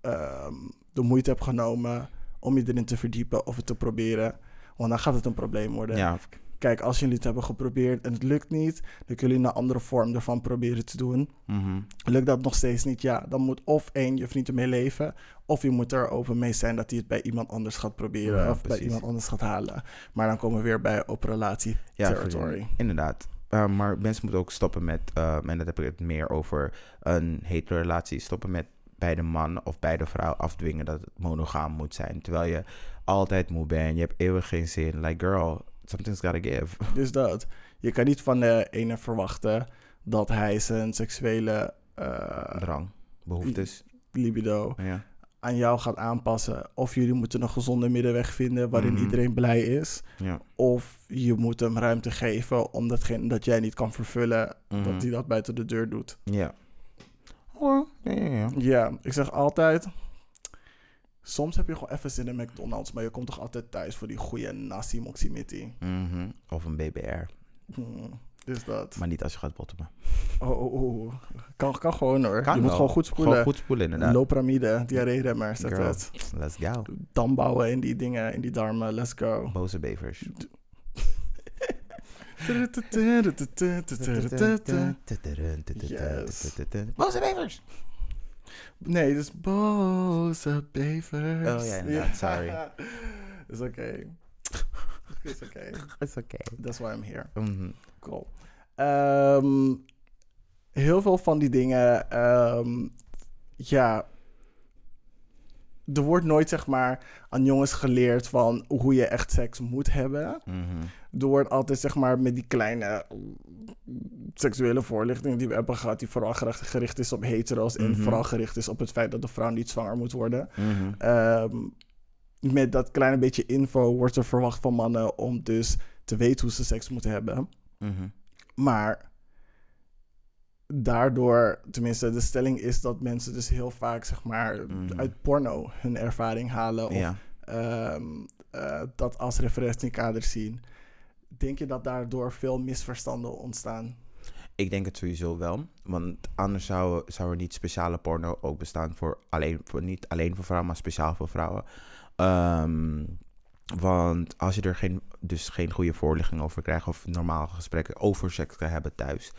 ehm, de moeite hebt genomen om je erin te verdiepen of het te proberen. Want dan gaat het een probleem worden.
Ja,
Kijk, als jullie het hebben geprobeerd en het lukt niet, dan kunnen jullie een andere vorm ervan proberen te doen.
mhm.
Lukt dat nog steeds niet? Ja, dan moet of één je vriend ermee leven, of je moet er open mee zijn dat hij het bij iemand anders gaat proberen
Ja,
of bij
precies.
iemand anders gaat halen. Maar dan komen we weer bij op relatie
ja
territory.
vriendin. Inderdaad. Uh, maar mensen moeten ook stoppen met, ehm, en dat heb ik het meer over een heterorelatie, stoppen met bij de man of bij de vrouw afdwingen dat het monogaam moet zijn. Terwijl je altijd moe bent, je hebt eeuwig geen zin. Like, girl, something's gotta give.
Dus dat. Je kan niet van de ene verwachten dat hij zijn seksuele eh,
Drang, behoeftes.
libido
Ja.
aan jou gaat aanpassen. Of jullie moeten een gezonde middenweg vinden waarin
Mhm.
iedereen blij is.
Ja.
Of je moet hem ruimte geven om datgene dat jij niet kan vervullen,
Mhm.
dat hij dat buiten de deur doet.
Ja. Oh, ja, ja, ja.
Ja, ik zeg altijd. Soms heb je gewoon even zin in McDonald's, maar je komt toch altijd thuis voor die goede nasi moximetti.
Mhm. Of een BBR.
Hmm, dus dat.
Maar niet als je gaat bottomen.
Oh, oh, oh. Kan, kan gewoon hoor.
Kan
je moet
wel.
gewoon goed spoelen.
Gewoon goed spoelen, inderdaad.
Loopramide, diarree-remmer, zet
Girl.
het.
Let's go.
Dambouwen in die dingen, in die darmen, let's go.
Boze bevers.
Yes.
Boze bevers!
Nee, dus boze bevers.
Oh ja, inderdaad, sorry.
(laughs) Is oké. Is oké.
Is oké.
That's why I'm here.
Mhm.
Cool. Ehm, heel veel van die dingen, ehm, ja. Er wordt nooit, zeg maar, aan jongens geleerd van hoe je echt seks moet hebben.
Mhm.
Er wordt altijd, zeg maar, met die kleine mm, seksuele voorlichting die we hebben gehad, die vooral gericht- gericht is op hetero's
Mhm.
en vooral gericht is op het feit dat de vrouw niet zwanger moet worden.
Mhm.
Ehm, met dat kleine beetje info wordt er verwacht van mannen om dus te weten hoe ze seks moeten hebben.
Mhm.
Maar daardoor, tenminste, de stelling is dat mensen dus heel vaak, zeg maar,
Mhm.
uit porno hun ervaring halen of
Ja.
ehm, eh, dat als referentiekader zien. Denk je dat daardoor veel misverstanden ontstaan?
Ik denk het sowieso wel. Want anders zou, zou er niet speciale porno ook bestaan voor alleen voor, niet alleen voor vrouwen, maar speciaal voor vrouwen. Ehm, want als je er geen, dus geen goede voorlichting over krijgt of normale gesprekken over seks kan hebben thuis,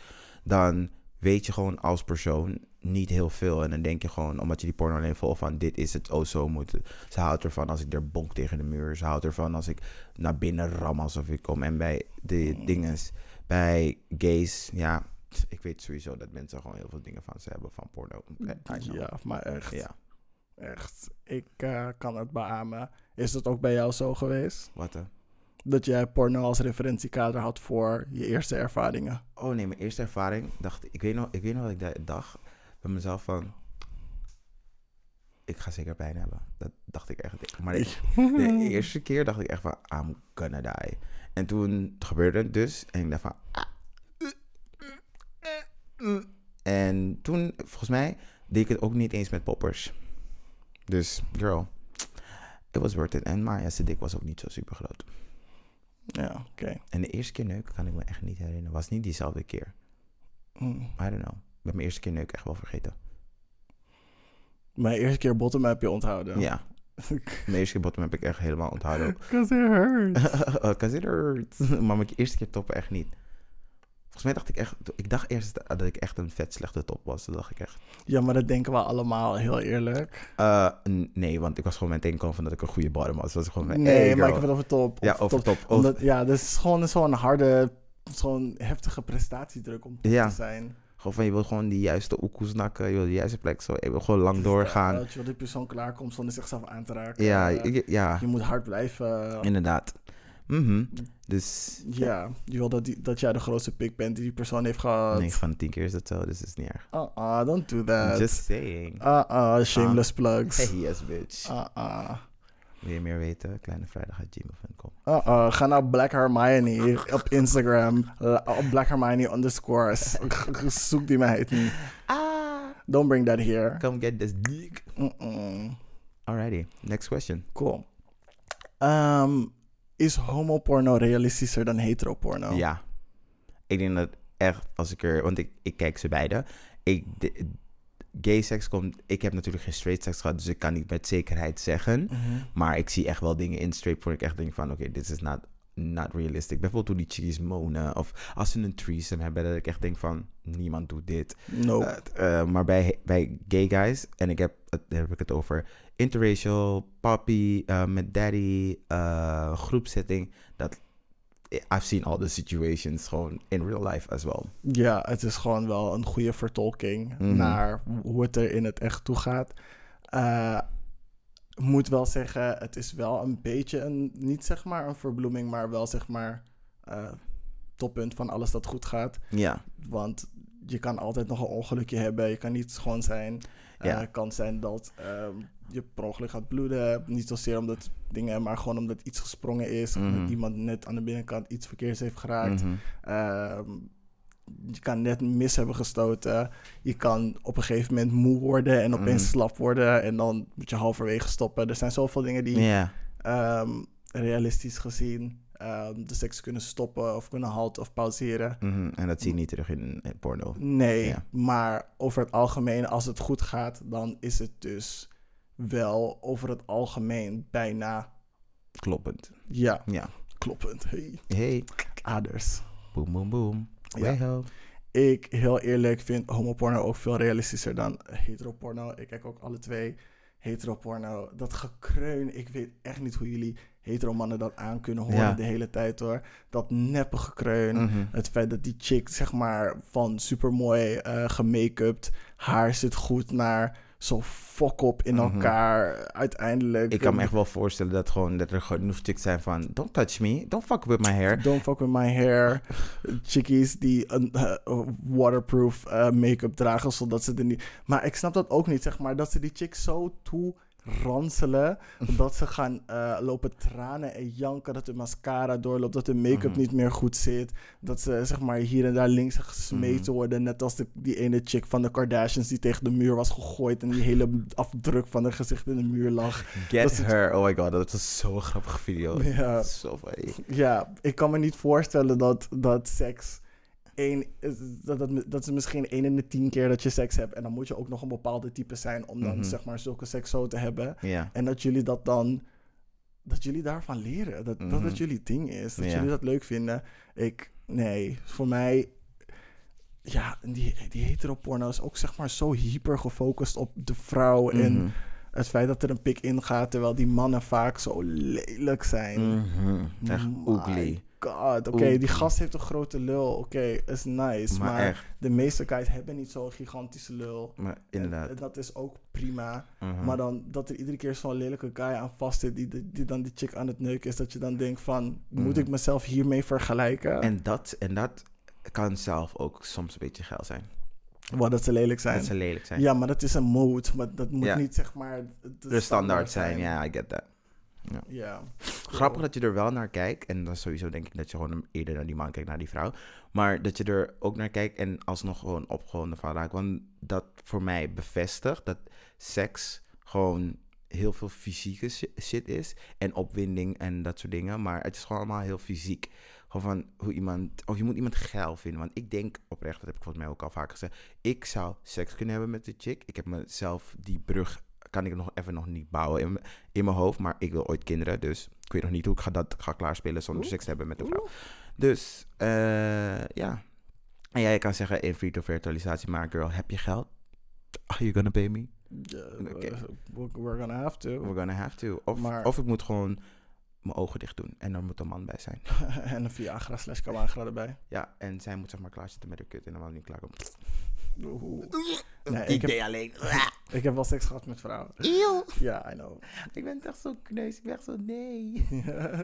dan weet je gewoon als persoon niet heel veel. En dan denk je gewoon, omdat je die porno alleen volgt van dit is het, oh zo moet het. Ze houdt ervan als ik er bonk tegen de muur. Ze houdt ervan als ik naar binnen ram alsof ik kom. En bij de dinges bij gays, ja, ik weet sowieso dat mensen gewoon heel veel dingen van ze hebben van porno. Eh, I know.
Ja, maar echt,
Ja,
echt. Ik eh, kan het beamen. Is dat ook bij jou zo geweest?
wat dan?
Dat jij porno als referentiekader had voor je eerste ervaringen?
Oh nee, mijn eerste ervaring dacht ik, weet nog, ik weet nog wat ik da- dacht bij mezelf van, ik ga zeker pijn hebben. Dat dacht ik echt. Maar
Ik-
de, de eerste keer dacht ik echt van, I'm gonna die. En toen gebeurde het dus. En ik dacht van, ah, eh, eh, eh. En toen, volgens mij, deed ik het ook niet eens met poppers. Dus, girl, it was worth it. En Maya's dik was ook niet zo super groot.
Ja, oké.
En de eerste keer neuken kan ik me echt niet herinneren. Was niet diezelfde keer.
Mm.
I don't know. Ik ben mijn eerste keer neuken echt wel vergeten.
Mijn eerste keer bottom heb je onthouden.
Ja. Mijn eerste keer bottom heb ik echt helemaal onthouden.
(laughs)
Oh,
Cause it hurts.
(laughs) Cause it hurts. (laughs) maar mijn eerste keer toppen echt niet. Volgens mij dacht ik echt... Ik dacht eerst dat ik echt een vet slechte top was. Dat dacht ik echt.
(laughs) Ja, maar dat denken we allemaal, heel eerlijk.
Eh, n- nee, want ik was gewoon meteen confident dat ik een goede bottom was. Dat was gewoon van,
nee,
hey,
maar
girl.
ik heb het over top.
Ja, over top. over-
Omdat, ja, dat is gewoon zo'n harde, zo'n heftige prestatiedruk om top
Ja.
te zijn.
Gewoon van, je wil gewoon die juiste oekoes nakken. Je wil de juiste plek zo. Je wil gewoon lang
Ja,
doorgaan.
Dat je wel die persoon klaarkomt zonder zichzelf aan te raken.
Ja,
Eh,
ik- ja,
Je Mm. moet hard blijven.
inderdaad. Mhm. Dus...
Ja, je wil dat, die, dat jij de grootste pik bent die die persoon heeft gehad.
9 van de 10 keer is dat zo, dus dat is niet erg.
Uh-uh, don't do that.
Just saying. Ah.
Uh-uh, shameless plugs.
(laughs) Hey, yes, bitch.
Uh-uh.
Wil je meer weten? Kleine Vrijdag uit gmail.com.
Uh-uh, ga naar Black Hermione op Instagram. La- Op Black Hermione underscores. Zoek die meid.
Ah!
Don't bring that here.
Come get this dick.
Mm-mm.
Alrighty, next question.
Cool. Ehm, is homoporno realistischer dan heteroporno?
Ja. Ik denk dat echt, als ik er... Want ik, ik kijk ze beide. Ik, de- gay seks komt... Ik heb natuurlijk geen straight seks gehad, dus ik kan niet met zekerheid zeggen.
Mhm.
Maar ik zie echt wel dingen in straight porn. Ik echt denk van, oké, dit is not, not realistic. Bijvoorbeeld hoe die chickies monen. Of als ze een threesome hebben, dat ik echt denk van, niemand doet dit.
Nope.
Eh, eh, maar bij, bij gay guys, en ik heb, het- daar heb ik het over, interracial, papi, eh, met daddy, eh groepsetting. Dat, eh, I've seen all the situations gewoon in real life as well.
Ja, het is gewoon wel een goede vertolking
Mhm.
naar hoe het er in het echt toe gaat. Eh, Ik moet wel zeggen, het is wel een beetje een, niet zeg maar een verbloeming, maar wel zeg maar eh, toppunt van alles dat goed gaat.
Ja,
Want je kan altijd nog een ongelukje hebben, je kan niet schoon zijn. Eh,
Ja.
Het kan zijn dat ehm, je per ongeluk gaat bloeden. Niet zozeer omdat dingen, maar gewoon omdat iets gesprongen is. of
Mhm.
Omdat iemand net aan de binnenkant iets verkeerds heeft geraakt. Ehm, je kan net mis hebben gestoten. Je kan op een gegeven moment moe worden en opeens
Mhm.
slap worden. En dan moet je halverwege stoppen. Er zijn zoveel dingen die
ja,
ehm, realistisch gezien ehm, de seks kunnen stoppen of kunnen halten of pauzeren.
mhm. en dat zie je niet terug in, in porno.
Nee,
Ja.
maar over het algemeen, als het goed gaat, dan is het dus wel over het algemeen bijna.
Kloppend.
Ja,
Ja.
kloppend. Hey,
Hey,
aders.
boom, boom, boom.
Ja.
Weho.
ik heel eerlijk vind homoporno ook veel realistischer dan heteroporno. Ik kijk ook alle twee heteroporno. Dat gekreun, ik weet echt niet hoe jullie heteromannen dat aan kunnen horen
Ja.
de hele tijd hoor. Dat neppe gekreun.
Mhm.
Het feit dat die chick, zeg maar, van supermooi eh gemake-upt, haar zit goed naar zo fok op in
Mhm.
elkaar. Uiteindelijk.
Ik kan me echt wel voorstellen dat, gewoon, dat er genoeg chicks zijn van... Don't touch me, don't fuck with my hair.
Don't fuck with my hair. Chickies die een eh, waterproof eh, make-up dragen, zodat ze er niet... Maar ik snap dat ook niet, zeg maar. Dat ze die chicks zo toe ranselen,
Mhm.
dat ze gaan eh, lopen tranen en janken, dat hun mascara doorloopt, dat hun make-up
Mhm.
niet meer goed zit, dat ze zeg maar hier en daar links gesmeten
Mhm.
worden, net als de, die ene chick van de Kardashians die tegen de muur was gegooid en die hele afdruk van haar gezicht in de muur lag.
Get
Dat is-
her. Oh my god, dat was zo'n grappige video.
Ja.
Dat is Zo funny.
Ja, ik kan me niet voorstellen dat, dat seks. één eh, dat, dat, dat is misschien 1 in de 10 keer dat je seks hebt. En dan moet je ook nog een bepaalde type zijn om dan
Mhm.
zeg maar zulke seks zo te hebben.
Ja.
En dat jullie dat dan. Dat jullie daarvan leren. Dat dat,
Mhm.
het jullie ding is. Dat
Ja.
jullie dat leuk vinden. Ik. Nee, voor mij. Ja, en die, die heteroporno is ook zeg maar zo hyper gefocust op de vrouw. En
Mhm.
het feit dat er een pik in gaat. Terwijl die mannen vaak zo lelijk zijn.
Mhm. Echt
My
ugly.
God, oké,
Oegly.
die gast heeft een grote lul. Oké, is nice. Maar,
Maar echt,
de meeste guys hebben niet zo'n gigantische lul.
maar
En, en
inderdaad.
dat is ook prima.
Mhm.
Maar dan dat er iedere keer zo'n lelijke guy aan vast zit... Die, de- die dan die chick aan het neuken is... dat je dan denkt van... moet
Mhm.
ik mezelf hiermee vergelijken?
En dat, en dat kan zelf ook soms een beetje geil zijn.
Wel dat ze lelijk zijn.
Dat ze lelijk zijn.
Ja, maar dat is een mode. Maar dat moet
Ja.
niet zeg maar de,
de standaard zijn, ja, I get that.
Ja.
Grappig dat je er wel naar kijkt. En dan sowieso denk ik dat je gewoon eerder naar die man kijkt, naar die vrouw. Maar dat je er ook naar kijkt en alsnog gewoon op gewoon de vrouw raakt. Want dat voor mij bevestigt dat seks gewoon heel veel fysieke shi- shit is. En opwinding en dat soort dingen. Maar het is gewoon allemaal heel fysiek. Gewoon van hoe iemand... Of je moet iemand geil vinden. Want ik denk oprecht, dat heb ik volgens mij ook al vaker gezegd. Ik zou seks kunnen hebben met de chick. Ik heb mezelf die brug... Kan ik nog even nog niet bouwen in, m- in mijn hoofd. Maar ik wil ooit kinderen. Dus ik weet nog niet hoe ik ga dat ga klaarspelen zonder seks te hebben met de vrouw. Dus eh, ja. En jij kan zeggen in free to virtualisatie. Maar girl, heb je geld? Are you gonna pay me?
Ja,
Oké.
eh, we- We're gonna have to.
We're gonna have to. Of,
Maar-
of ik moet gewoon mijn ogen dicht doen en er moet een man bij zijn.
(laughs) en een Viagra slash Kamagra erbij.
Ja, en zij moet zeg maar klaarzitten met haar kut en dan wel niet klaarkomt.
Oeh.
Nee,
Nee,
ik
ik heb-
deed alleen.
Ik heb wel seks gehad met vrouwen.
Eeuw.
Ja, I know. (laughs)
Ik ben echt zo kneus. Ik ben echt zo nee.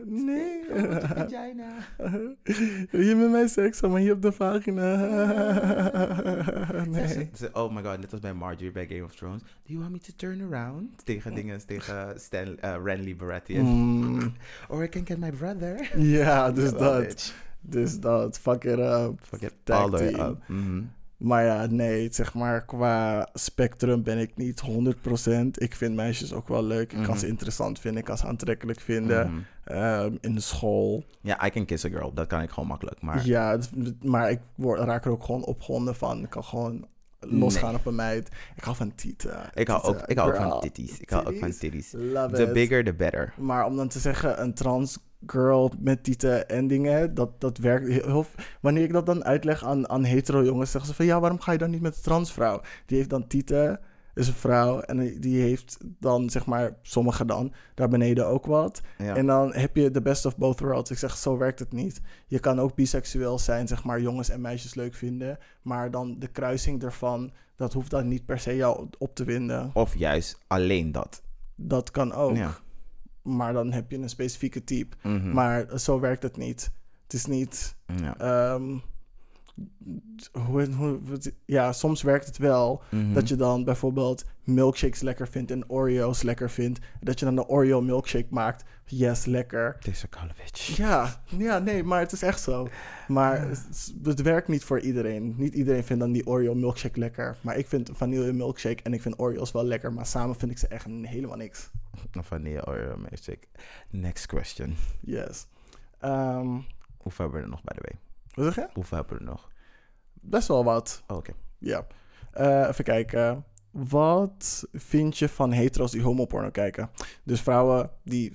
nee.
Grote vagina.
Wil je met mij seks hebben, maar hier op de vagina?
Zij
nee.
zegt- ze- oh my god, net als bij Marjorie bij Game of Thrones. Do you want me to turn around? Tegen dingen,
(laughs)
tegen Stan, eh, Renly Baratheon.
Mm,
Or I can get my brother.
Ja, dus
Well,
dat.
bitch.
Dus dat. Fuck it up.
Fuck it.
Tag
All the way
team.
up. Mhm.
Maar ja, nee, zeg maar, qua spectrum ben ik niet 100%. Ik vind meisjes ook wel leuk. Ik kan
Mhm.
ze interessant vinden, ik kan ze aantrekkelijk vinden.
Mhm.
Ehm, in de school.
Ja, I can kiss a girl. Dat kan ik gewoon makkelijk. Maar
Ja, het- maar ik word, raak er ook gewoon opgewonden van. Ik kan gewoon losgaan op een meid. Ik hou van tieten.
Ik hou ook,
Tieten,
ik hou ook
girl.
van titties. Ik hou ook van
Titties.
titties.
Love
The
it.
bigger, the better.
Maar om dan te zeggen, een trans girl met tieten en dingen, dat, dat werkt heel- heel... Wanneer ik dat dan uitleg aan, aan hetero jongens, zeggen ze van... Ja, waarom ga je dan niet met een transvrouw? Die heeft dan tieten, is een vrouw en die heeft dan, zeg maar, sommigen dan, daar beneden ook wat.
Ja.
En dan heb je de best of both worlds. Ik zeg, zo werkt het niet. Je kan ook biseksueel zijn, zeg maar, jongens en meisjes leuk vinden. Maar dan de kruising ervan, dat hoeft dan niet per se jou op te winden.
Of juist alleen dat.
Dat kan ook.
Ja.
Maar dan heb je een specifieke type.
Mhm.
Maar eh, zo werkt het niet. Het is niet.
Ja.
ehm, hoe, hoe, wat- ja, soms werkt het wel.
Mhm.
Dat je dan bijvoorbeeld milkshakes lekker vindt en Oreo's lekker vindt. Dat je dan een Oreo milkshake maakt. Yes, lekker.
Deze koude bitch. (laughs)
Ja, ja, nee, maar het is echt zo. Maar het, het werkt niet voor iedereen. Niet iedereen vindt dan die Oreo milkshake lekker. Maar ik vind vanille milkshake en ik vind Oreo's wel lekker. Maar samen vind ik ze echt helemaal niks.
Van die oh, Oreo Magic. Next question.
Yes. Ehm,
Hoeveel hebben we er nog, by the way?
wat zeg je?
Hoeveel hebben we er nog?
Best wel wat.
Oh, oké.
Ja. Eh, even kijken. Wat vind je van hetero's die homoporno kijken? Dus vrouwen die,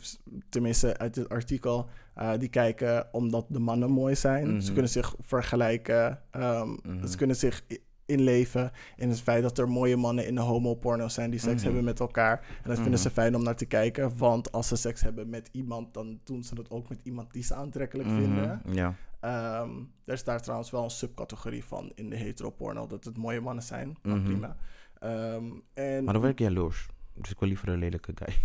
tenminste uit het artikel, eh, die kijken omdat de mannen mooi zijn. Ze
Mhm.
kunnen zich vergelijken. ehm,
Mhm.
Ze kunnen zich i- inleven in het feit dat er mooie mannen in de homoporno zijn die seks
Mhm.
hebben met elkaar. En dat vinden
Mhm.
ze fijn om naar te kijken. Want als ze seks hebben met iemand, dan doen ze dat ook met iemand die ze aantrekkelijk vinden.
Mhm. Ja.
Ehm, er is daar trouwens wel een subcategorie van in de heteroporno, dat het mooie mannen zijn. Maar
Mhm.
prima. Ehm, en
Maar dan word ik jaloers. Dus ik wil liever een lelijke guy.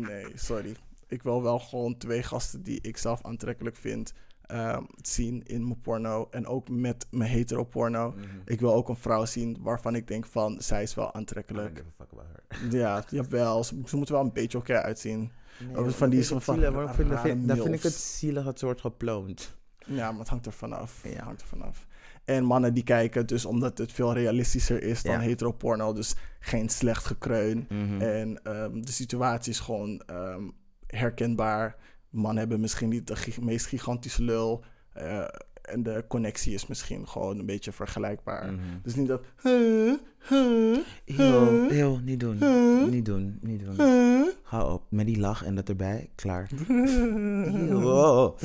nee, sorry. Ik wil wel gewoon twee gasten die ik zelf aantrekkelijk vind ehm, zien in mijn porno en ook met mijn heteroporno. Ik wil ook een vrouw zien waarvan ik denk van, zij is wel aantrekkelijk. Ja, jawel. Ze, ze moeten wel een beetje elkaar uitzien. Of dat Oh, dus van die soort van
Waarom vind,
rare
vind, dan vind ik
milfs.
het zielig, het soort geploond.
Ja, maar het hangt er vanaf.
Ja.
Het hangt er vanaf. En mannen die kijken, dus omdat het veel realistischer is dan
Ja.
heteroporno, dus geen slecht gekreun.
Mhm.
En ehm, de situatie is gewoon ehm, herkenbaar. Mannen hebben misschien niet de gig- meest gigantische lul. eh, en de connectie is misschien gewoon een beetje vergelijkbaar.
Mhm.
Dus niet dat. huh, huh,
Eeuw, eeuw, niet doen.
Huh?
Niet doen, niet doen.
huh.
Hou op. Met die lach en dat erbij, klaar.
Cool.
Wow.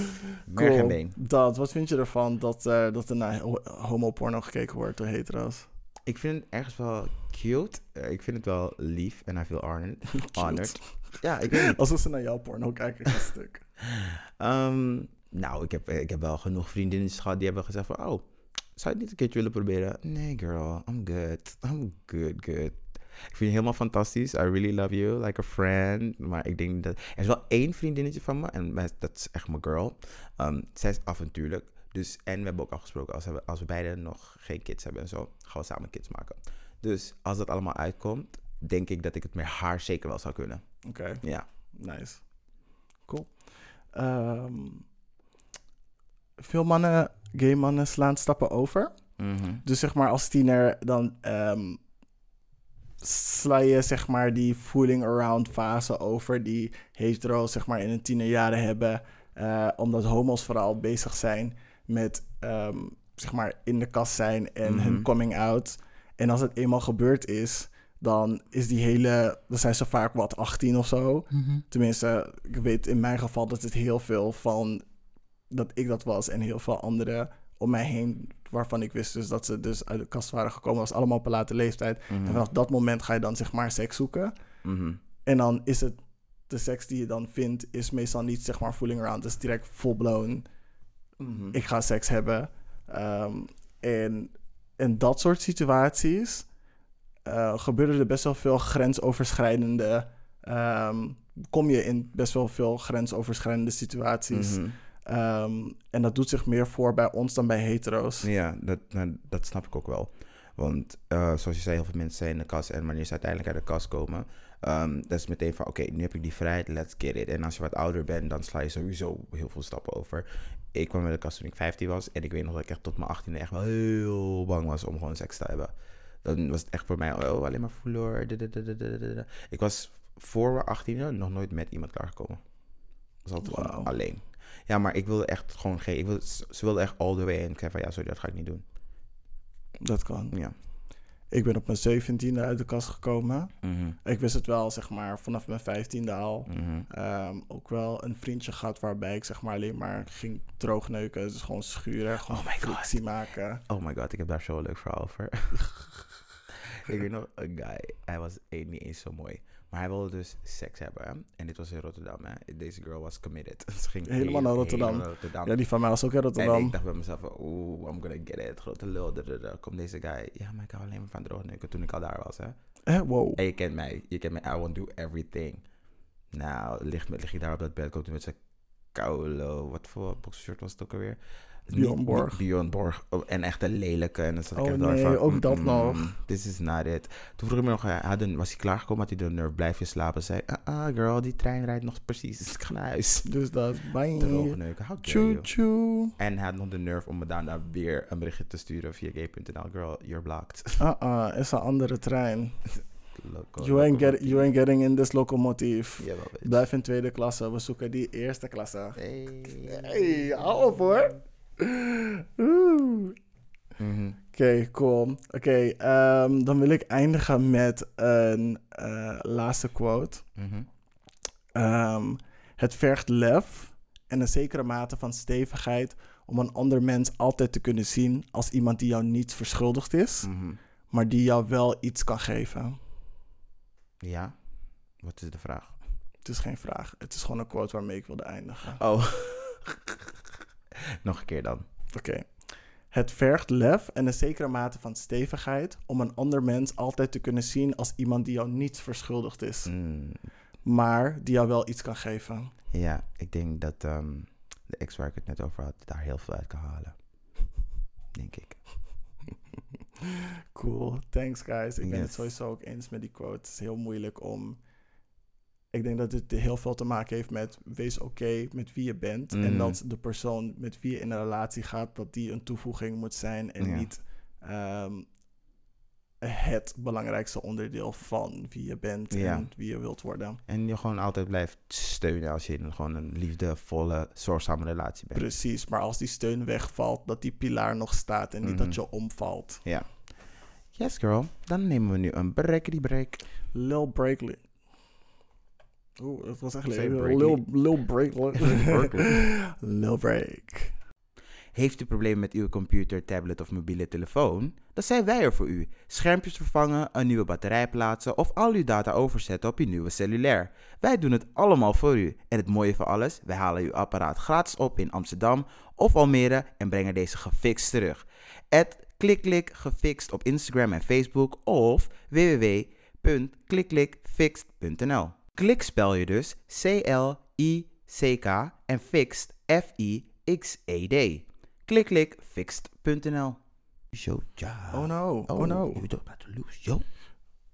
Merg en been.
"Oh, Dat, wat vind je ervan dat, eh, dat er naar ho- homoporno gekeken wordt door
(laughs)
hetero's?
Ik vind het ergens wel cute. Eh, Ik vind het wel lief en I feel
(laughs)
honored. honored. Ja, ik weet niet.
Alsof ze naar jouw porno kijken, is een stuk.
Ehm, nou, ik heb, ik heb wel genoeg vriendinnetjes gehad die hebben gezegd van... Oh, zou je het niet een keertje willen proberen? Nee, girl. I'm good. I'm good, good. Ik vind je helemaal fantastisch. I really love you. Like a friend. Maar ik denk dat... Er is wel één vriendinnetje van me. En mij- dat is echt mijn girl. Ehm, zij is avontuurlijk. Dus, en we hebben ook afgesproken, als we, als we beiden nog geen kids hebben en zo, gaan we samen kids maken. Dus als dat allemaal uitkomt, denk ik dat ik het met haar zeker wel zou kunnen.
Oké,
Ja.
nice. Cool. Ehm, veel mannen, gay mannen, slaan stappen over.
Mhm.
Dus zeg maar als tiener, dan ehm sla je zeg maar die fooling around fase over die hetero's zeg maar in hun tienerjaren hebben. eh, omdat homo's vooral bezig zijn met ehm, zeg maar in de kast zijn en hun
Mhm.
coming out. En als het eenmaal gebeurd is, dan is die hele, dan zijn ze vaak wat 18 of zo. Tenminste, ik weet in mijn geval dat het heel veel van dat ik dat was en heel veel anderen om mij heen, waarvan ik wist dus dat ze dus uit de kast waren gekomen, was allemaal op een late leeftijd. En vanaf dat moment ga je dan zeg maar seks zoeken.
Mhm.
En dan is het de seks die je dan vindt, is meestal niet zeg maar fooling around. Het is direct full blown.
Mhm.
Ik ga seks hebben. Ehm, en in dat soort situaties eh gebeuren er best wel veel grensoverschrijdende. ehm, kom je in best wel veel grensoverschrijdende situaties.
Mhm.
Ehm, en dat doet zich meer voor bij ons dan bij hetero's.
Ja, dat, nou, dat snap ik ook wel. Want eh, zoals je zei, heel veel mensen zijn in de kast. En wanneer ze uiteindelijk uit de kast komen, ehm, dat is meteen van: oké, nu heb ik die vrijheid, let's get it. En als je wat ouder bent, dan sla je sowieso heel veel stappen over. Ik kwam uit de kast toen ik 15 was. En ik weet nog dat ik echt tot mijn 18e echt wel heel bang was om gewoon seks te hebben. Dan was het echt voor mij oh, alleen maar voelen hoor. dit, dit, dit, dit, dit, dit, dit. Ik was voor mijn 18e nog nooit met iemand klaargekomen. Ik was altijd gewoon
Wauw.
alleen. Ja, maar ik wilde echt gewoon geen. Ik wilde, ze wilde echt all the way. En ik zei van ja, sorry, dat ga ik niet doen.
Dat kan.
Ja.
Ik ben op mijn 17e uit de kast gekomen. Ik wist het wel, zeg maar, vanaf mijn 15e al.
Mhm.
Ehm, ook wel een vriendje gehad waarbij ik zeg maar alleen maar ging droogneuken. Dus gewoon schuren, gewoon
Oh my God.
frictie maken.
Oh my god, ik heb daar zo'n leuk verhaal over.
(laughs)
ik weet nog een guy. Hij was één niet eens zo mooi. Maar hij wilde dus seks hebben. hè. En dit was in Rotterdam. Hè. Deze girl was committed. (laughs) Ze ging
Helemaal naar Rotterdam.
helemaal naar Rotterdam.
Ja, die van mij was ook in
En
Rotterdam.
Ah. ik dacht bij mezelf, van, oeh, I'm gonna get it. Grote lul. dadada. Komt deze guy. Ja, maar ik hou alleen maar van droognukken toen ik al daar was. Hè.
Eh, wow.
En je kent mij. Je kent mij. I won't do everything. Nou, lig, lig je daar op dat bed. Komt hij met zijn koude... Wat voor boxershort was het ook alweer? Niet-
Bjorn Borg.
niet Bjorn Borg. Oh, en echt een lelijke. En dan zat ik
Oh
echt daar
nee,
van,
ook dat
mm,
nog.
This is not it. Toen vroeg ik me nog, eh, had een- was hij klaargekomen? Had hij de nerve blijf je slapen? Zei, ah, ah, girl, die trein rijdt nog precies. (laughs) Dus ik ga naar huis.
Dus dat,
Droge
bye.
neuken, how dare you.
Tjoe, tjoe.
En hij had nog de nerve om me daarna weer een berichtje te sturen via gay.nl. Girl, you're blocked. (laughs)
Ah, ah, is een andere trein.
Loco,
You ain't, get,
Oh, locomotief.
you ain't getting in this locomotief.
Jawel, bitch.
Blijf in tweede klasse, we zoeken die eerste klasse.
Hey.
Hey, hou op hoor. Oeh.
Mhm.
Oké, cool. Oké, ehm, dan wil ik eindigen met een eh, laatste quote.
Mhm.
Ehm, het vergt lef en een zekere mate van stevigheid om een ander mens altijd te kunnen zien als iemand die jou niets verschuldigd is,
Mhm.
maar die jou wel iets kan geven.
Ja? Wat is de vraag?
Het is geen vraag. Het is gewoon een quote waarmee ik wilde eindigen.
Oh. (laughs) Nog een keer dan.
Oké. Het vergt lef en een zekere mate van stevigheid om een ander mens altijd te kunnen zien als iemand die jou niets verschuldigd is,
Mm,
maar die jou wel iets kan geven.
Ja, ik denk dat ehm, de ex waar ik het net over had, daar heel veel uit kan halen. (laughs) Denk ik.
Cool. Thanks guys. Ik ben het
Yes.
sowieso ook eens met die quote. Het is heel moeilijk om. Ik denk dat dit heel veel te maken heeft met wees oké met wie je bent. En
Mhm.
dat de persoon met wie je in een relatie gaat, dat die een toevoeging moet zijn en
Ja.
niet ehm, het belangrijkste onderdeel van wie je bent
Ja.
en wie je wilt worden.
En je gewoon altijd blijft steunen als je in gewoon een liefdevolle, zorgzame relatie bent.
Precies, maar als die steun wegvalt, dat die pilaar nog staat en niet
Mhm.
dat je omvalt.
Yes, girl. Dan nemen we nu een breaky break.
Lil Breakley. Oeh, dat was echt
Ik zei
leuk.
Breakley.
Lil, (laughs) Lil Breakley.
Breakley.
Lil Break.
Heeft u problemen met uw computer, tablet of mobiele telefoon? Dan zijn wij er voor u. Schermpjes vervangen, een nieuwe batterij plaatsen of al uw data overzetten op uw nieuwe cellulair. Wij doen het allemaal voor u. En het mooie van alles, wij halen uw apparaat gratis op in Amsterdam of Almere en brengen deze gefixt terug. At klikklik gefixt op Instagram en Facebook of www.klikklikfixed.nl. Klik spel je dus E C-L-I-C-K en fixed F-I-X-E-D. Klik, klik, fixed.nl. Yo, ja.
Oh no, oh, no.
You don't have to lose, yo.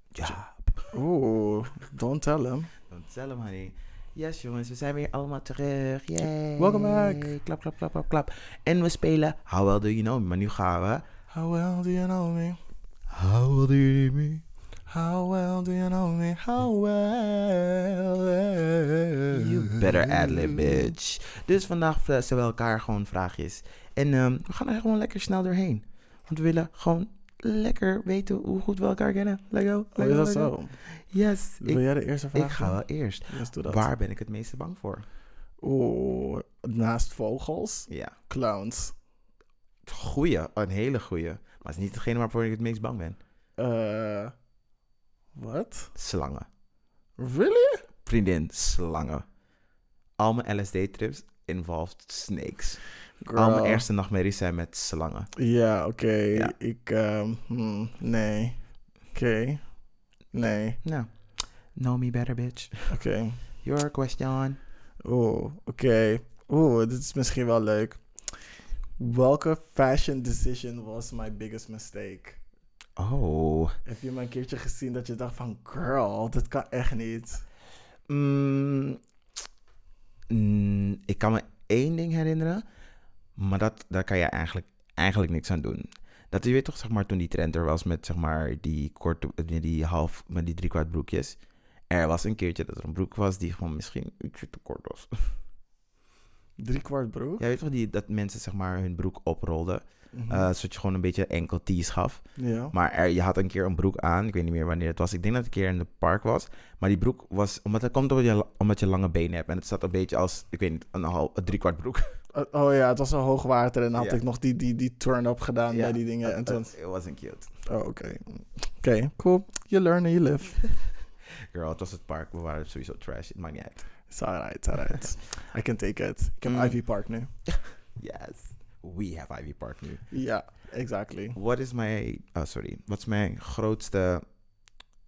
Ja.
Oeh, don't tell him.
Don't tell him, honey. Yes, jongens, we zijn weer allemaal terug. Yay.
Welcome back.
Klap, klap, klap, klap, klap. En we spelen How Well Do You Know Me. Maar nu gaan we...
How well do you know me?
How Well Do You Know Me?
How well do you know me? How eh. well.
You better ad-lib, bitch. Dus vandaag vra- stellen we elkaar gewoon vraagjes. En ehm, we gaan er gewoon lekker snel doorheen. Want we willen gewoon lekker weten hoe goed we elkaar kennen. Lego.
Oh, is dat zo?
Yes.
Wil
Ik,
jij de eerste vraag?
ik ga
doen?
wel eerst.
Yes, doe dat.
Waar ben ik het meeste bang voor?
Oeh, naast vogels,
Ja.
clowns.
Goeie. Oh, een hele goeie. Maar het is niet degene waarvoor ik het meest bang ben.
Eh. Wat?
Slangen.
Really?
Vriendin, slangen. Al mijn LSD-trips involved snakes. Al
Girl.
mijn ergste nachtmerries zijn met slangen.
Ja, oké.
Ja.
Ik, ehm, hmm, nee. Oké. Nee,
Nou, know me better, bitch.
oké.
Your question.
Oeh, oké. Oeh, dit is misschien wel leuk. Welke fashion decision was my biggest mistake?
Oh.
Heb je me een keertje gezien dat je dacht van... Girl, dit kan echt niet.
Mm, mm, ik kan me één ding herinneren, maar dat, daar kan je eigenlijk, eigenlijk niks aan doen. Dat je weet toch, zeg maar, toen die trend er was met zeg maar die korte, eh, die half, met die driekwart broekjes. Er was een keertje dat er een broek was die gewoon misschien ietsje te kort was. (laughs)
Drie kwart broek?
Jij weet toch die, dat mensen zeg maar hun broek oprolden,
Mhm.
eh, zodat je gewoon een beetje enkel tees gaf.
ja.
Maar er, je had een keer een broek aan. Ik weet niet meer wanneer het was. Ik denk dat het een keer in het park was. Maar die broek was... Omdat dat komt omdat je, la- omdat je lange benen hebt. En het zat een beetje als... Ik weet niet, een, half, een driekwart
(laughs)
broek.
Eh, oh ja, het was een hoogwater en dan had
Ja.
ik nog die, die, die turn-up gedaan
Ja,
bij die dingen. En toen...
Het wasn't cute.
Oh, oké. Oké, cool. You learn and you live.
Girl, het was het park. We waren sowieso trash. Het maakt niet uit.
It's alright, it's (laughs) alright. I can take it. Ik heb
Mm.
Ivy Park nu.
Yes. We have Ivy Park nu.
Ja, exactly.
What is my... Oh, sorry. Wat is mijn grootste...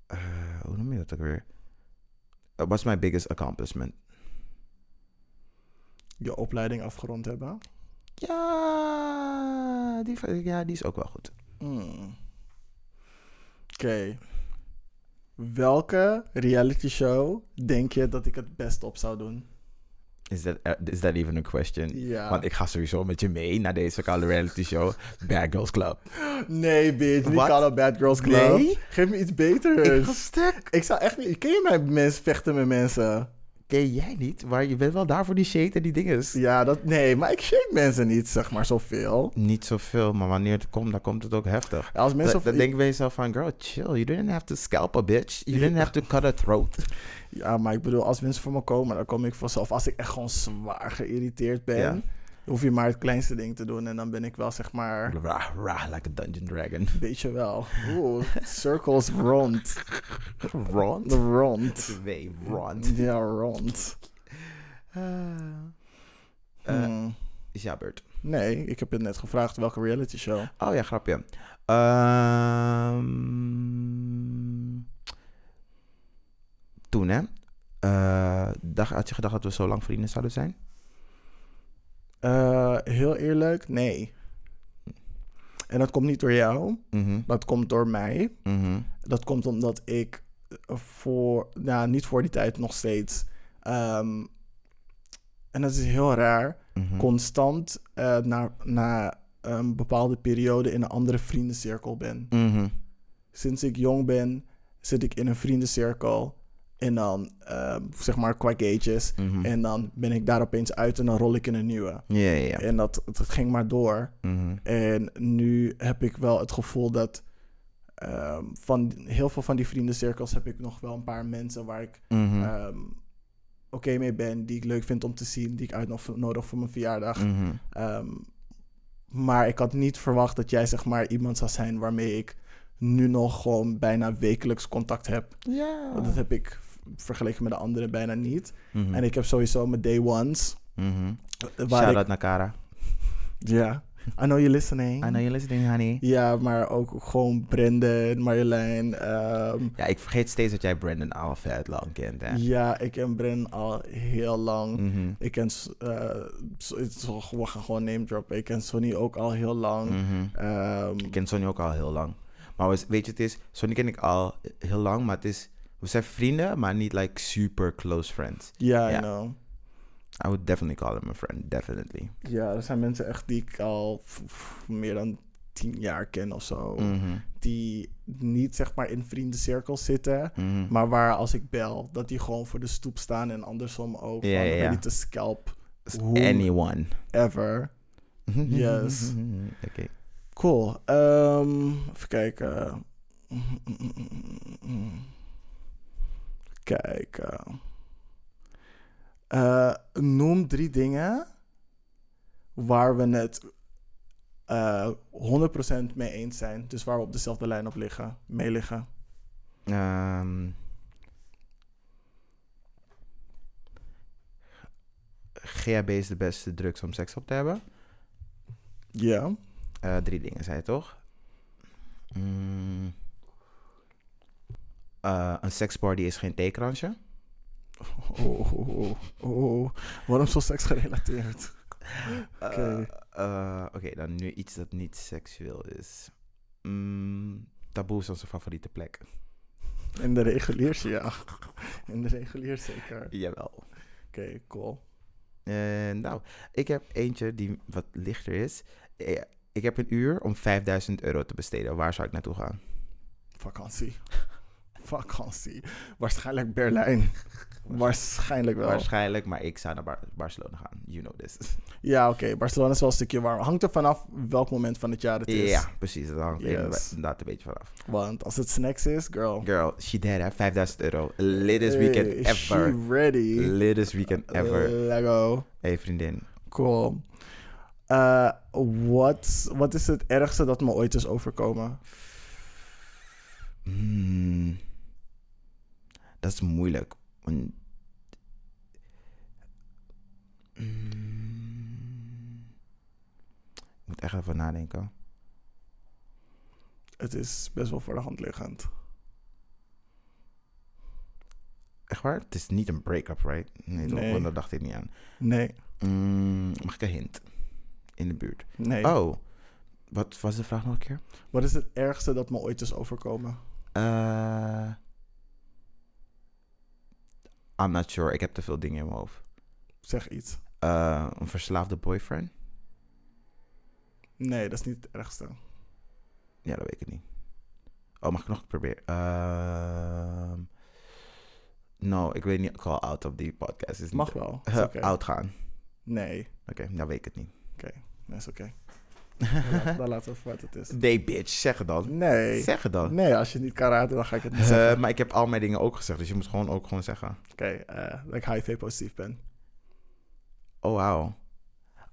eh, hoe noem je dat ook weer? Wat What's my biggest accomplishment?
Je opleiding afgerond hebben.
Ja die, ja, die is ook wel goed.
Hmm. Oké. Welke reality show denk je dat ik het best op zou doen?
Is that, eh, is that even a question?
Ja.
Want ik ga sowieso met je mee naar deze koude reality show. Bad Girls Club.
(laughs) Nee, bitch. Niet
Wat?
Call Out Bad Girls Club.
Nee?
Geef me iets
Ik
beters.
ga stuk.
Ik, zou echt niet... Ken je mij mens vechten met mensen?
Ken jij niet, maar je bent wel daar voor die shade en die dinges.
Ja, dat... Nee, maar ik shake mensen niet, zeg maar, zoveel.
Niet zoveel, maar wanneer het komt, dan komt het ook heftig.
Als mensen...
Dan, dan denk ik bij jezelf van, girl, chill. You didn't have to scalp a bitch. You didn't have to cut a throat.
Ja, maar ik bedoel, als mensen voor me komen, dan kom ik vanzelf. Als ik echt gewoon zwaar geïrriteerd ben,
Ja.
hoef je maar het kleinste ding te doen. En dan ben ik wel, zeg maar...
Rah, rah, like a dungeon
(laughs)
dragon.
Beetje wel. Oeh,
(laughs)
circles rond.
Rond?
Rond.
Twee, rond.
Ja, rond.
Eh, eh,
Hmm.
is jouw beurt.
Nee, ik heb je net gevraagd welke reality show.
Oh ja, grapje. Ehm, toen, hè? Eh, dacht, had je gedacht dat we zo lang vrienden zouden zijn?
Eh, heel eerlijk, nee. En dat komt niet door jou,
Mhm,
dat komt door mij.
mhm.
Dat komt omdat ik voor, nou niet voor die tijd nog steeds, ehm, en dat is heel raar,
mhm.
constant eh, na, na een bepaalde periode in een andere vriendencirkel ben.
Mhm.
Sinds ik jong ben, zit ik in een vriendencirkel. En dan, ehm, zeg maar, qua gauges.
Mhm.
En dan ben ik daar opeens uit en dan rol ik in een nieuwe.
Ja, ja, ja.
En dat, dat ging maar door.
Mhm.
En nu heb ik wel het gevoel dat ehm, van heel veel van die vriendencirkels heb ik nog wel een paar mensen waar ik
Mhm.
ehm, oké mee ben, die ik leuk vind om te zien, die ik uitnodig voor mijn verjaardag.
Mhm.
Ehm, maar ik had niet verwacht dat jij zeg maar iemand zou zijn waarmee ik nu nog gewoon bijna wekelijks contact heb.
Ja.
Want Dat heb ik v- vergeleken met de anderen bijna niet.
Mhm.
En ik heb sowieso mijn day ones.
Mhm.
eh, Waar ik-
Shout-out naar Cara.
ja, I know you're listening.
I know you're listening, honey.
Ja, maar ook gewoon Brendan, Marjolein. ehm,
Ja, ik vergeet steeds dat jij Brandon al vet lang kent, hè?
ja, ik ken Brendan al heel lang.
Mhm.
Ik ken, S- eh, S- het is wel- we gaan gewoon name droppen. Ik ken Sonny ook al heel lang.
Mhm.
Ehm,
Ik ken Sonny ook al heel lang. Maar we- weet je, het is... Sonny ken ik al heel lang, maar het is... We zijn vrienden, maar niet like super close friends.
ja,
Ja.
I know.
I would definitely call him a friend, definitely.
Ja, er zijn mensen echt die ik al f- f- meer dan tien jaar ken of zo.
Mhm,
Die niet zeg maar in vriendencirkels zitten.
mhm.
Maar waar als ik bel, dat die gewoon voor de stoep staan en andersom ook.
Ja,
van,
ja, ja.
Ready to scalp
S-
hoe-
Anyone.
ever.
(laughs)
(laughs) Yes.
Oké.
Cool. Ehm, even kijken. Kijken. Eh, noem drie dingen waar we het eh 100% mee eens zijn. Dus waar we op dezelfde lijn op liggen, mee liggen.
Ehm, GHB is de beste drugs om seks op te hebben.
Ja.
Eh, drie dingen, zei je toch? Mm. Eh, een seksparty is geen theekransje.
Oh, oh, oh, oh, oh. Waarom zo seksgerelateerd? Oké.
Eh, eh, Oké, dan nu iets dat niet seksueel is. Mm, taboe is onze favoriete plek.
In de reguliers, ja. In de reguliers zeker. Oké,
Jawel.
cool.
Eh, nou, ik heb eentje die wat lichter is. Eh, Ik heb een uur om 5000 euro te besteden. Waar zou ik naartoe gaan?
Vakantie. (laughs) Vakantie. Waarschijnlijk Berlijn.
(laughs)
Waarschijnlijk wel.
Waarschijnlijk, maar ik zou naar Bar- Barcelona gaan. You know
(laughs)
this.
ja, oké. Barcelona is wel een stukje warm. Hangt er vanaf welk moment van het jaar het is.
Ja, precies. Dat hangt er
Yes.
inderdaad een beetje vanaf.
Want als het snacks is, girl.
Girl, she dead, hè? 5000 euro. Latest weekend
Hey, is she Eh,
ever.
ready.
Latest weekend ever.
Lego.
hey, vriendin.
Cool. Eh, wat, wat is het ergste dat me ooit is overkomen?
Hmm. Dat is moeilijk. want- Hmm. Ik moet echt even nadenken.
Het is best wel voor de hand liggend.
Echt waar? Het is niet een break-up, right? Nee, toch?
Nee.
Want daar dacht ik niet aan.
Nee,
Hmm, mag ik een hint? In de buurt.
nee.
Oh, wat was de vraag nog een keer?
Wat is het ergste dat me ooit is overkomen?
Eh I'm not sure. Ik heb te veel dingen in mijn hoofd.
Zeg iets.
Eh, een verslaafde boyfriend?
Nee, dat is niet het ergste.
Ja, dat weet ik niet. Oh, mag ik nog een keer proberen? Ehm no, ik weet niet. Ik al out op die podcast. Is
Mag
niet,
wel. Is oké.
Out gaan.
Nee,
Oké, dan weet ik het niet.
dat is oké. Dan (laughs) laat- Dan laten we voor wat het is.
nee, bitch. Zeg het dan.
Nee.
Zeg het dan.
Nee, als je het niet kan raden, dan ga ik het niet
Eh,
zeggen.
maar ik heb al mijn dingen ook gezegd, dus je moet gewoon ook gewoon zeggen.
Oké, eh, dat ik HIV-positief ben.
Oh, wauw.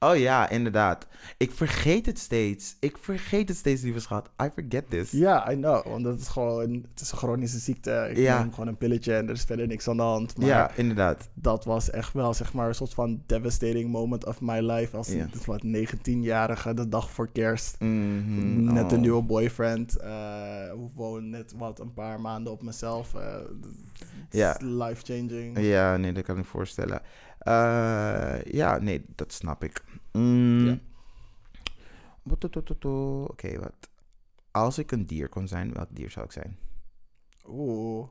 Oh ja, inderdaad. Ik vergeet het steeds. Ik vergeet het steeds, lieve schat. I forget this.
Ja, I know. Want dat is gewoon... Het is een chronische ziekte. Ik
Ja.
neem gewoon een pilletje en er is verder niks aan de hand. Maar
Ja, inderdaad.
dat was echt wel, zeg maar, een soort van devastating moment of my life. Als
Ja.
het wat 19-jarige, de dag voor kerst.
Mhm.
Net een
Oh.
nieuwe boyfriend. eh woon net wat een paar maanden op mezelf. eh,
Ja.
het is Life-changing.
Ja, nee, dat kan ik me voorstellen. Eh, ja, nee, dat snap ik. Mm.
Ja.
Bototototo. Oké, wat? Als ik een dier kon zijn, welk dier zou ik zijn?
Oeh.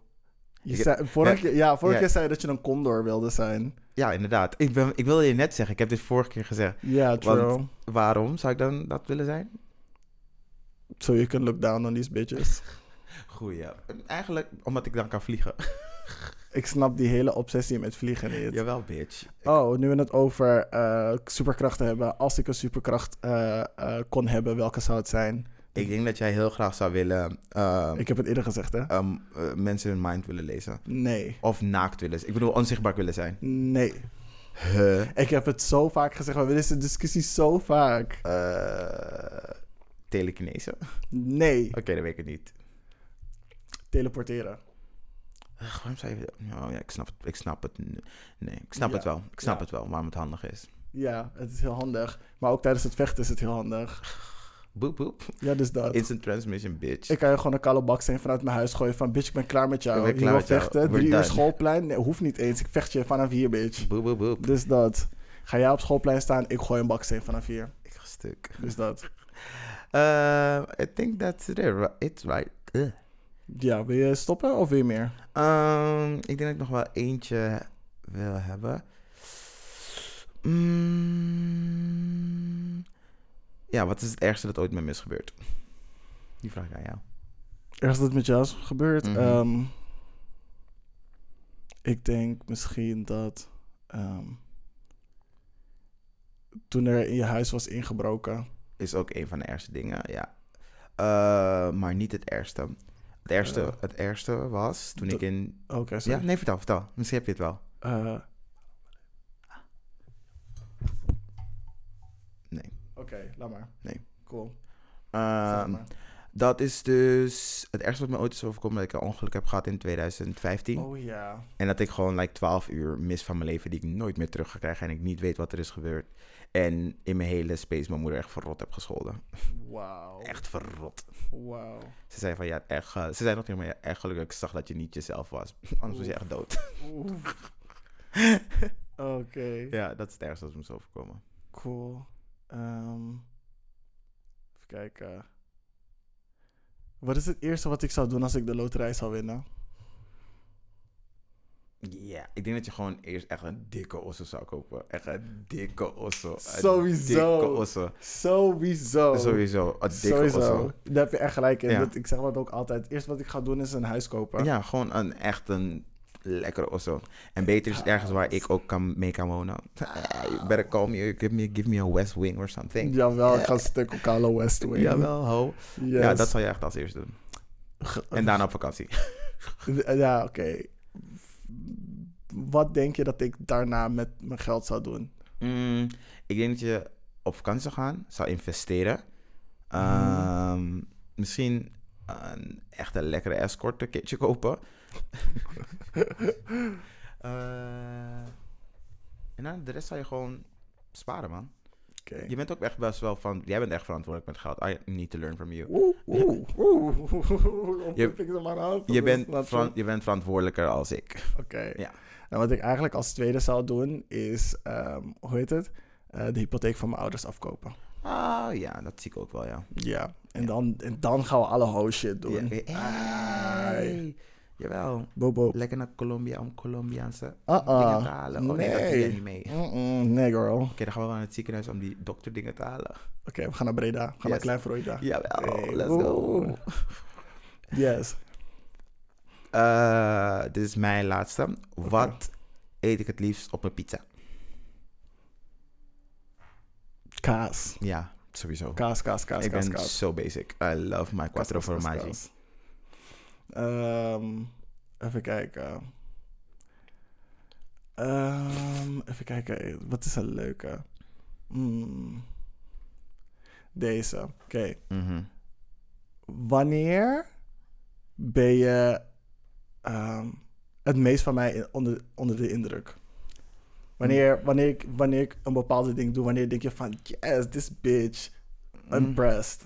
Je
Ik-
zei, vorige
ja,
keer, ja, vorige
ja.
keer zei je dat je een condor wilde zijn.
Ja, inderdaad. Ik, ben, ik wilde je net zeggen, ik heb dit vorige keer gezegd.
Ja, true.
Waarom zou ik dan dat willen zijn?
So you can look down on these bitches.
(laughs) Goeie. Eigenlijk omdat ik dan kan (laughs) vliegen.
Ik snap die hele obsessie met vliegen niet.
Jawel, bitch.
Oh, nu we het over eh, superkrachten hebben. Als ik een superkracht eh, eh, kon hebben, welke zou het zijn?
Ik denk dat jij heel graag zou willen ehm,
Ik heb het eerder gezegd, hè?
ehm, eh, mensen hun mind willen lezen.
Nee.
Of naakt willen zijn. Ik bedoel, onzichtbaar willen zijn.
Nee.
Huh?
Ik heb het zo vaak gezegd, maar we hebben deze discussie zo vaak.
Eh, telekinese? Oké,
Nee.
dat weet ik niet.
Teleporteren.
Ach, waarom zou je... Oh ja, ik snap het. Ik snap het. Nee, ik snap
Ja,
het wel. Ik snap
ja.
het wel, waarom het handig is.
Ja, het is heel handig. Maar ook tijdens het vechten is het heel handig.
Boep, boep.
Ja, dus dat.
Instant transmission, bitch.
Ik kan je gewoon een kale baksteen vanuit mijn huis gooien van... Bitch, ik ben klaar met jou.
Ik ben
Ik
klaar
wil
met jou.
vechten.
We're
Drie uur
done.
schoolplein. Nee, hoeft niet eens. Ik vecht je vanaf hier, bitch.
Boep, boep, boep.
Dus dat. Ga jij op schoolplein staan, ik gooi een baksteen vanaf hier.
Ik ga stuk.
Dus dat.
Eh, I think that's it. ri- It's right. Ugh.
Ja, wil je stoppen of wil je meer?
Ehm, ik denk dat ik nog wel eentje wil hebben. Mm. Ja, wat is het ergste dat ooit met me is gebeurd? Die vraag ik aan jou.
Ergens dat met jou is gebeurd.
Mhm.
ehm, ik denk misschien dat... ehm, toen er in je huis was ingebroken.
Is ook een van de ergste dingen, ja. Eh, maar niet het ergste. Het ergste,
Eh.
het ergste was toen
De-
ik in...
Oké,
Ja,
sorry.
nee, vertel, vertel. Misschien heb je het wel.
Eh,
Nee.
Oké, laat maar.
Nee.
Cool.
Ehm,
Zeg maar.
dat is dus het ergste wat me ooit is overkomen... dat ik een ongeluk heb gehad in 2015.
Oh ja.
En dat ik gewoon like 12 uur mis van mijn leven die ik nooit meer terug ga krijgen en ik niet weet wat er is gebeurd. En in mijn hele space mijn moeder echt verrot heb gescholden.
Wauw.
Echt verrot.
Wauw.
Ze zei van ja, echt, eh, ze zei nog tegen mij, ja, echt gelukkig ik zag dat je niet jezelf was. (laughs) Anders was je echt dood. (laughs)
Oef. Oké.
ja, dat is het ergste dat me is overkomen.
Cool. Ehm, even kijken. Wat is het eerste wat ik zou doen als ik de loterij zou winnen?
Ja, ik denk dat je gewoon eerst echt een dikke osso zou kopen. Echt een dikke osso. Een
Sowieso.
dikke osso.
Sowieso.
Sowieso, een dikke
Sowieso.
osso.
Daar heb je echt gelijk in.
Ja.
Dat, ik zeg dat ook altijd. Het eerste wat ik ga doen is een huis kopen.
Ja, gewoon een echt een lekkere osso. En beter is ergens waar ik ook kan, mee kan wonen. Ah, You better call me, give me, give me a West Wing or something.
Jawel, ik ga een stuk op Kalo West doen.
Jawel, ho.
Yes.
Ja, dat zou je echt als eerste doen. En daarna op vakantie.
Ja, oké. Wat denk je dat ik daarna met mijn geld zou doen?
Mm, ik denk dat je op vakantie zou gaan, zou investeren. Ehm, Misschien een echte lekkere escort een keertje
(laughs)
kopen. Eh, en dan de rest zou je gewoon sparen, man.
Oké.
Je bent ook echt best wel van. Jij bent echt verantwoordelijk met geld. I need to learn from you.
Oeh, oeh, (laughs) oeh. Hoe pik ik er maar uit? Dat
Je
is
bent,
laat
veran-
zien.
je bent verantwoordelijker als ik.
Oké.
Ja.
En wat ik eigenlijk als tweede zou doen is, ehm, hoe heet het? Eh, de hypotheek van mijn ouders afkopen.
Ah ja, dat zie ik ook wel, ja.
Ja. En,
Ja.
Dan, en dan gaan we alle ho shit doen.
Ja. Hey. Jawel.
Bobo.
Lekker naar Colombia om Colombiaanse
Uh-uh.
dingen te halen. Oh nee, dat doe jij
Nee.
niet mee. Oké,
Mm-mm, nee, girl. Oké,
dan gaan we wel naar het ziekenhuis om die dokter dingen te halen. (laughs)
we gaan naar Breda. We gaan naar
Yes.
Klein Freuda.
Jawel,
Hey,
let's
oeh.
go.
Yes.
Eh, dit is mijn laatste. Wat eet ik het liefst op mijn pizza?
Kaas.
Ja, sowieso.
Kaas, kaas, kaas,
ik
kaas,
ben
kaas.
so basic. I love my quattro
Kaas, kaas, kaas,
formaggi.
kaas. Ehm, even kijken. Ehm, even kijken. Wat is een leuke? Hmm. Deze. Oké.
Mhm.
Wanneer ben je ehm, het meest van mij in- onder, onder de indruk?
Hmm.
Wanneer, wanneer, ik, wanneer ik een bepaalde ding doe, wanneer denk je van, yes, this bitch,
Hmm.
impressed.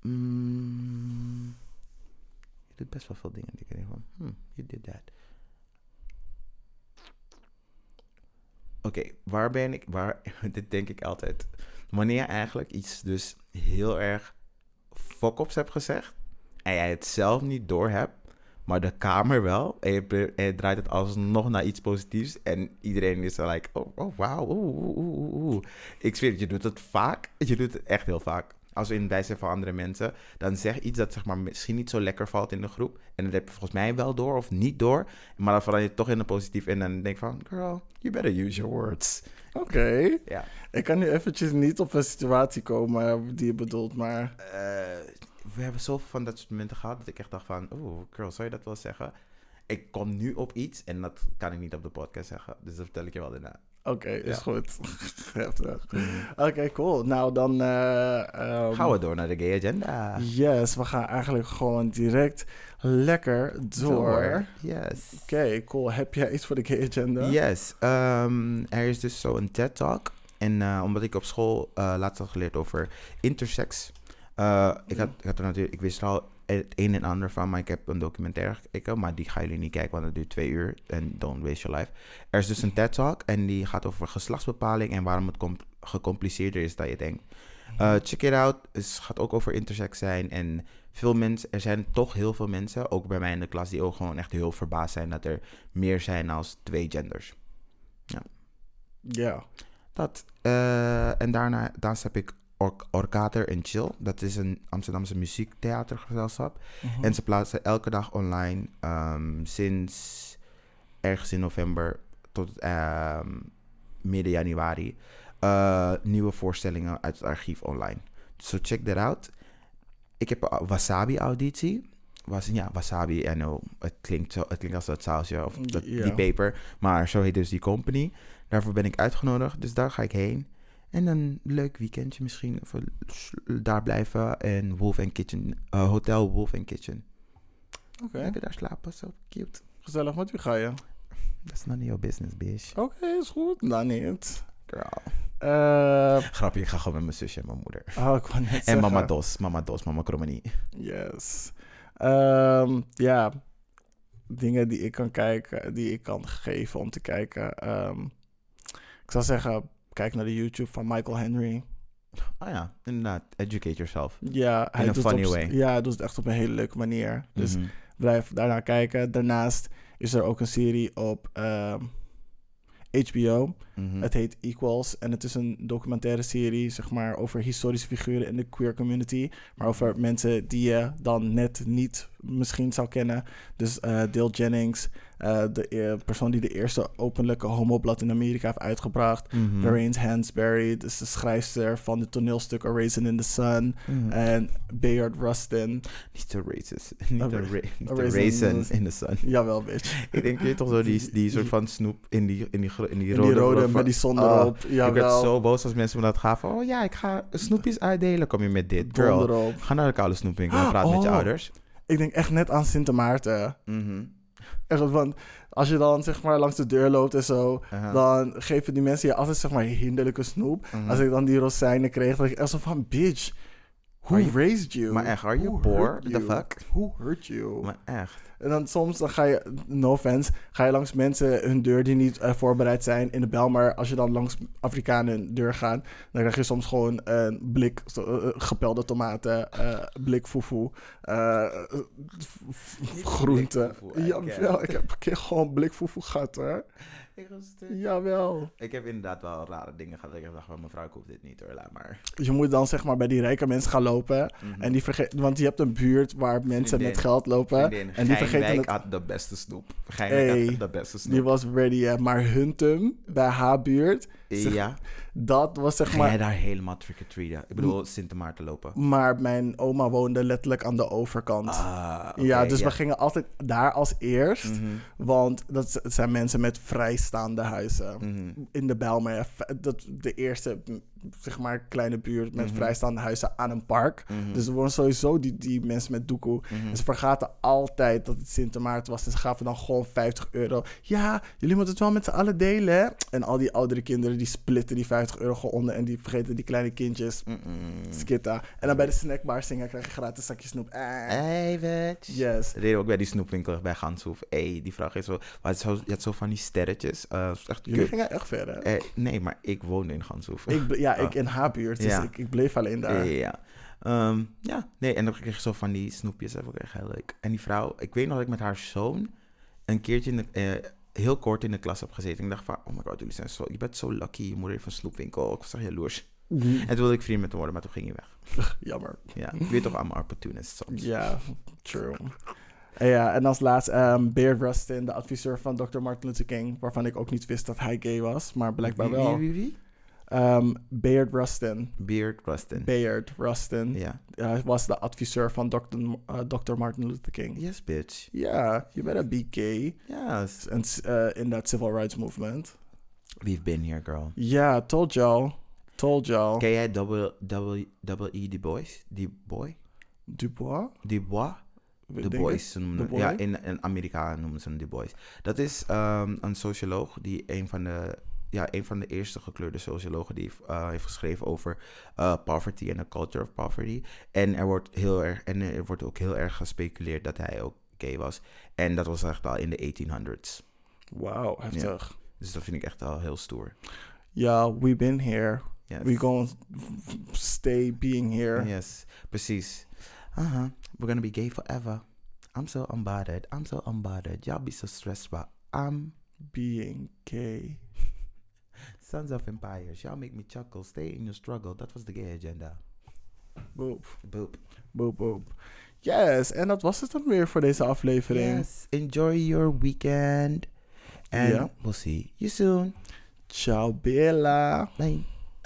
Mm, je doet best wel veel dingen die ik denk van, hmm, you did that. Oké, waar ben ik, waar, (laughs) dit denk ik altijd. Wanneer je eigenlijk iets dus heel erg fuck-ups hebt gezegd en jij het zelf niet door hebt, maar de kamer wel, en je, pro- en je draait het alsnog naar iets positiefs en iedereen is er like, oh, oh wauw, oeh, oeh, oeh, oeh, oeh. Ik zweer het, je doet het vaak, je doet het echt heel vaak. Als we in het bijzijn van andere mensen, dan zeg je iets dat zeg maar, misschien niet zo lekker valt in de groep. En dat heb je volgens mij wel door of niet door. Maar dan verander je het toch in een positief. En dan denk ik van, girl, you better use your words.
Oké.
Ja.
Ik kan nu eventjes niet op een situatie komen die je bedoelt, maar...
Eh, we hebben zoveel van dat soort momenten gehad dat ik echt dacht van, oeh, girl, zou je dat wel zeggen? Ik kom nu op iets en dat kan ik niet op de podcast zeggen. Dus dat vertel ik je wel daarna.
Oké, is
Ja. Hmm.
goed. (laughs) Heftig. Oké, cool. Nou, dan... eh, ehm,
Gaan we door naar de gay agenda.
Yes, we gaan eigenlijk gewoon direct lekker door. Oké,
Yes.
cool. Heb jij iets voor de gay agenda?
Yes, ehm, er is dus zo'n TED Talk En eh, omdat ik op school eh, laatst had geleerd over intersex. Eh, ik, had, ik, had er natuurlijk, ik wist er al het een en ander van, maar ik heb een documentaire gekeken. Maar die gaan jullie niet kijken, want het duurt twee uur. En don't waste your life. Er is dus een TED-talk en die gaat over geslachtsbepaling en waarom het com- gecompliceerder is dan je denkt. Eh, check it out. Het gaat ook over intersex zijn. En veel mensen, er zijn toch heel veel mensen, ook bij mij in de klas, die ook gewoon echt heel verbaasd zijn dat er meer zijn als twee genders.
Ja.
Dat. eh, en daarna daarnaast heb ik Ork- Orkater en Chill. Dat is een Amsterdamse muziektheatergezelschap. En ze plaatsen elke dag online ehm, sinds ergens in november tot ehm, midden januari eh, nieuwe voorstellingen uit het archief online. So check that out. Ik heb een Wasabi auditie. Was, ja, Wasabi, I know, het klinkt, zo, het klinkt als dat sausje of dat,
Ja.
die paper. Maar zo heet dus die company. Daarvoor ben ik uitgenodigd, dus daar ga ik heen. En een leuk weekendje misschien. Of een- daar blijven. En Wolf and Kitchen. eh, Hotel Wolf and Kitchen.
Oké,
Lekker daar slapen, zo cute.
gezellig. Met wie ga je?
That's none of your business, bitch.
Oké, is goed. Nou, niet.
Girl.
Eh,
(laughs) Grapje, ik ga gewoon met mijn zusje en mijn moeder.
oh, ik wou net
En mama
zeggen.
Dos, mama Dos, mama Kromanie.
Yes. Ehm, ja, dingen die ik kan kijken, die ik kan geven om te kijken. Ehm, ik zou zeggen, kijk naar de YouTube van Michael Henry.
Ah ja, inderdaad. Educate yourself.
Ja, hij
In a
doet
funny
het op,
way.
Ja, hij doet het echt op een hele leuke manier. Dus
Mhm.
blijf daarnaar kijken. Daarnaast is er ook een serie op ehm, HBO.
Mhm.
Het heet Equals en het is een documentaire serie, zeg maar, over historische figuren in de queer community. Maar over mensen die je dan net niet misschien zou kennen. Dus eh Dale Jennings, eh, de eh, persoon die de eerste openlijke homoblad in Amerika heeft uitgebracht.
Mhm.
Lorraine Hansberry, dus de schrijfster van het toneelstuk A Raisin in the Sun.
Mhm.
En Bayard Rustin.
Niet te racist. Niet
A
te
ra-
ra- niet
a
te
raisin in
racist
the-
in the sun.
Jawel, bitch.
Ik denk, je weet toch zo, die, die soort van snoep in die, in die, gro- in die
Die
rode...
rode,
rode-
met die zon
Ah,
erop.
Ik werd
Jawel.
zo boos als mensen me dat gaven. Oh ja, ik ga snoepjes uitdelen. Kom je met dit,
Donder
girl.
op.
Ga naar de koude snoepwinkel en praat met je
Oh.
ouders.
Ik denk echt net aan Sint Maarten.
Mhm.
Echt, want als je dan zeg maar langs de deur loopt en zo,
Aha.
dan geven die mensen je altijd zeg maar hinderlijke snoep.
Mhm.
Als ik dan die rozijnen kreeg, dacht ik echt zo van, bitch, who
Are you-
raised you?
Maar echt, are you
Who
poor?
hurt
The
you?
fuck?
Who hurt you?
Maar echt.
En dan soms, dan ga je, no offense, ga je langs mensen hun deur die niet eh, voorbereid zijn in de bel. Maar als je dan langs Afrikanen hun deur gaat, dan krijg je soms gewoon een blik zo, eh, eh, gepelde tomaten, eh, blik foefoe, eh, eh, f- f-
Niet
groenten.
blik foefoe, I
Jawel,
get.
ik heb een keer gewoon blik foefoe gehad hoor. Jawel.
Ik heb inderdaad wel rare dingen gehad. Ik heb gedacht, "Oh, van, mevrouw, ik hoef dit niet hoor, laat maar.
Je moet dan zeg maar bij die rijke mensen gaan lopen. En die vergeet, want je hebt een buurt waar mensen met
Mhm. Vriendin.
geld lopen. en die vergeten het
had de beste snoep. Geinwijk
Hey.
had de beste
Die
snoep.
was ready, hè. maar Huntum, bij haar buurt, zeg-
Ja.
dat was zeg
Ging jij
maar...
daar helemaal trick-or-treaten? Ik bedoel, Sint Maarten lopen.
Maar mijn oma woonde letterlijk aan de overkant.
Ah, oké,
ja, dus we gingen altijd daar als eerst.
Mhm,
Want dat z- het zijn mensen met vrijstaande huizen.
mhm.
In de Bijlmer, ja, v- dat de eerste, m, zeg maar, kleine buurt
Mhm.
met vrijstaande huizen aan een park. Dus er wonen sowieso die, die mensen met doekoe.
Mhm.
En ze vergaten altijd dat het Sint Maarten was. En ze gaven dan gewoon 50 euro. Ja, jullie moeten het wel met z'n allen delen, hè? En al die oudere kinderen, die splitten die 50 euro gewoon onder. En die vergeten die kleine kindjes. Skitta. En dan bij de snackbar zingen krijg je gratis zakje snoep. Eh.
Hey, bitch.
Yes.
Dat deden we ook bij die snoepwinkel bij Ganshoef. Ey, die vraag is zo... maar het is zo- Je had zo van die sterretjes. eh, het is echt
Jullie
kut.
gingen echt ver, hè?
Eh, nee, maar ik woonde in Ganshoef.
Ik, ble- ja, ik
Oh.
in haar buurt. Dus
Ja.
ik, ik bleef alleen daar.
Ja, ja. Ehm, ja, nee, en dan kreeg je zo van die snoepjes. Dat vond ik echt heel leuk. En die vrouw, ik weet nog dat ik met haar zoon een keertje in de, eh, heel kort in de klas heb gezeten. En ik dacht van, oh my god, jullie zijn zo, je bent zo lucky. Je moeder heeft een snoepwinkel. Ik was echt jaloers.
Mhm.
En toen wilde ik vriend met hem worden, maar toen ging hij weg.
(laughs) Jammer.
Ja, ik weet toch allemaal opportunists soms.
Ja, true. En ja, en als laatst ehm Beard Rustin, de adviseur van Dr. Martin Luther King. Waarvan ik ook niet wist dat hij gay was, maar blijkbaar
Wie-
wel.
Wie, wie, wie?
Ehm Beard Rustin.
Beard Rustin.
Beard Rustin.
ja.
Ja, Hij was de adviseur van Dr. M- eh, Dr. Martin Luther King.
Yes, bitch.
Ja, je bent een be gay.
Yes.
En s- eh, in dat civil rights movement.
We've been here,
Oh.
girl.
Ja, told y'all. Told y'all.
Ken jij double, double, double E Du Bois? Du Bois?
Dubois?
Du Bois?
Denk
De
ik.
Boys. ze noemen-
The
Ja,
Boy?
in, in Amerika noemen ze hem De Boys. Dat is ehm, een socioloog die een van de ja, een van de eerste gekleurde sociologen die eh, heeft geschreven over eh, poverty en de culture of poverty. En er wordt heel erg, en er wordt ook heel erg gespeculeerd dat hij ook gay was. En dat was echt al in de 1800s.
Wauw, heftig.
Dus dat vind ik echt al heel stoer.
Ja, we been here.
Yes.
We gonna stay being here.
Yes, precies. Uh-huh. We're gonna be gay forever. I'm so unbothered. I'm so unbothered. Y'all be so stressed about I'm
Being gay.
Sons of Empires. Y'all make me chuckle. Stay in your struggle. Dat was de gay agenda.
Boop,
Boop.
boop, boop. Yes, en dat was het dan weer voor deze aflevering.
Yes. Enjoy your weekend. And
Ja.
we'll see you soon.
Ciao, Bella.
Bye.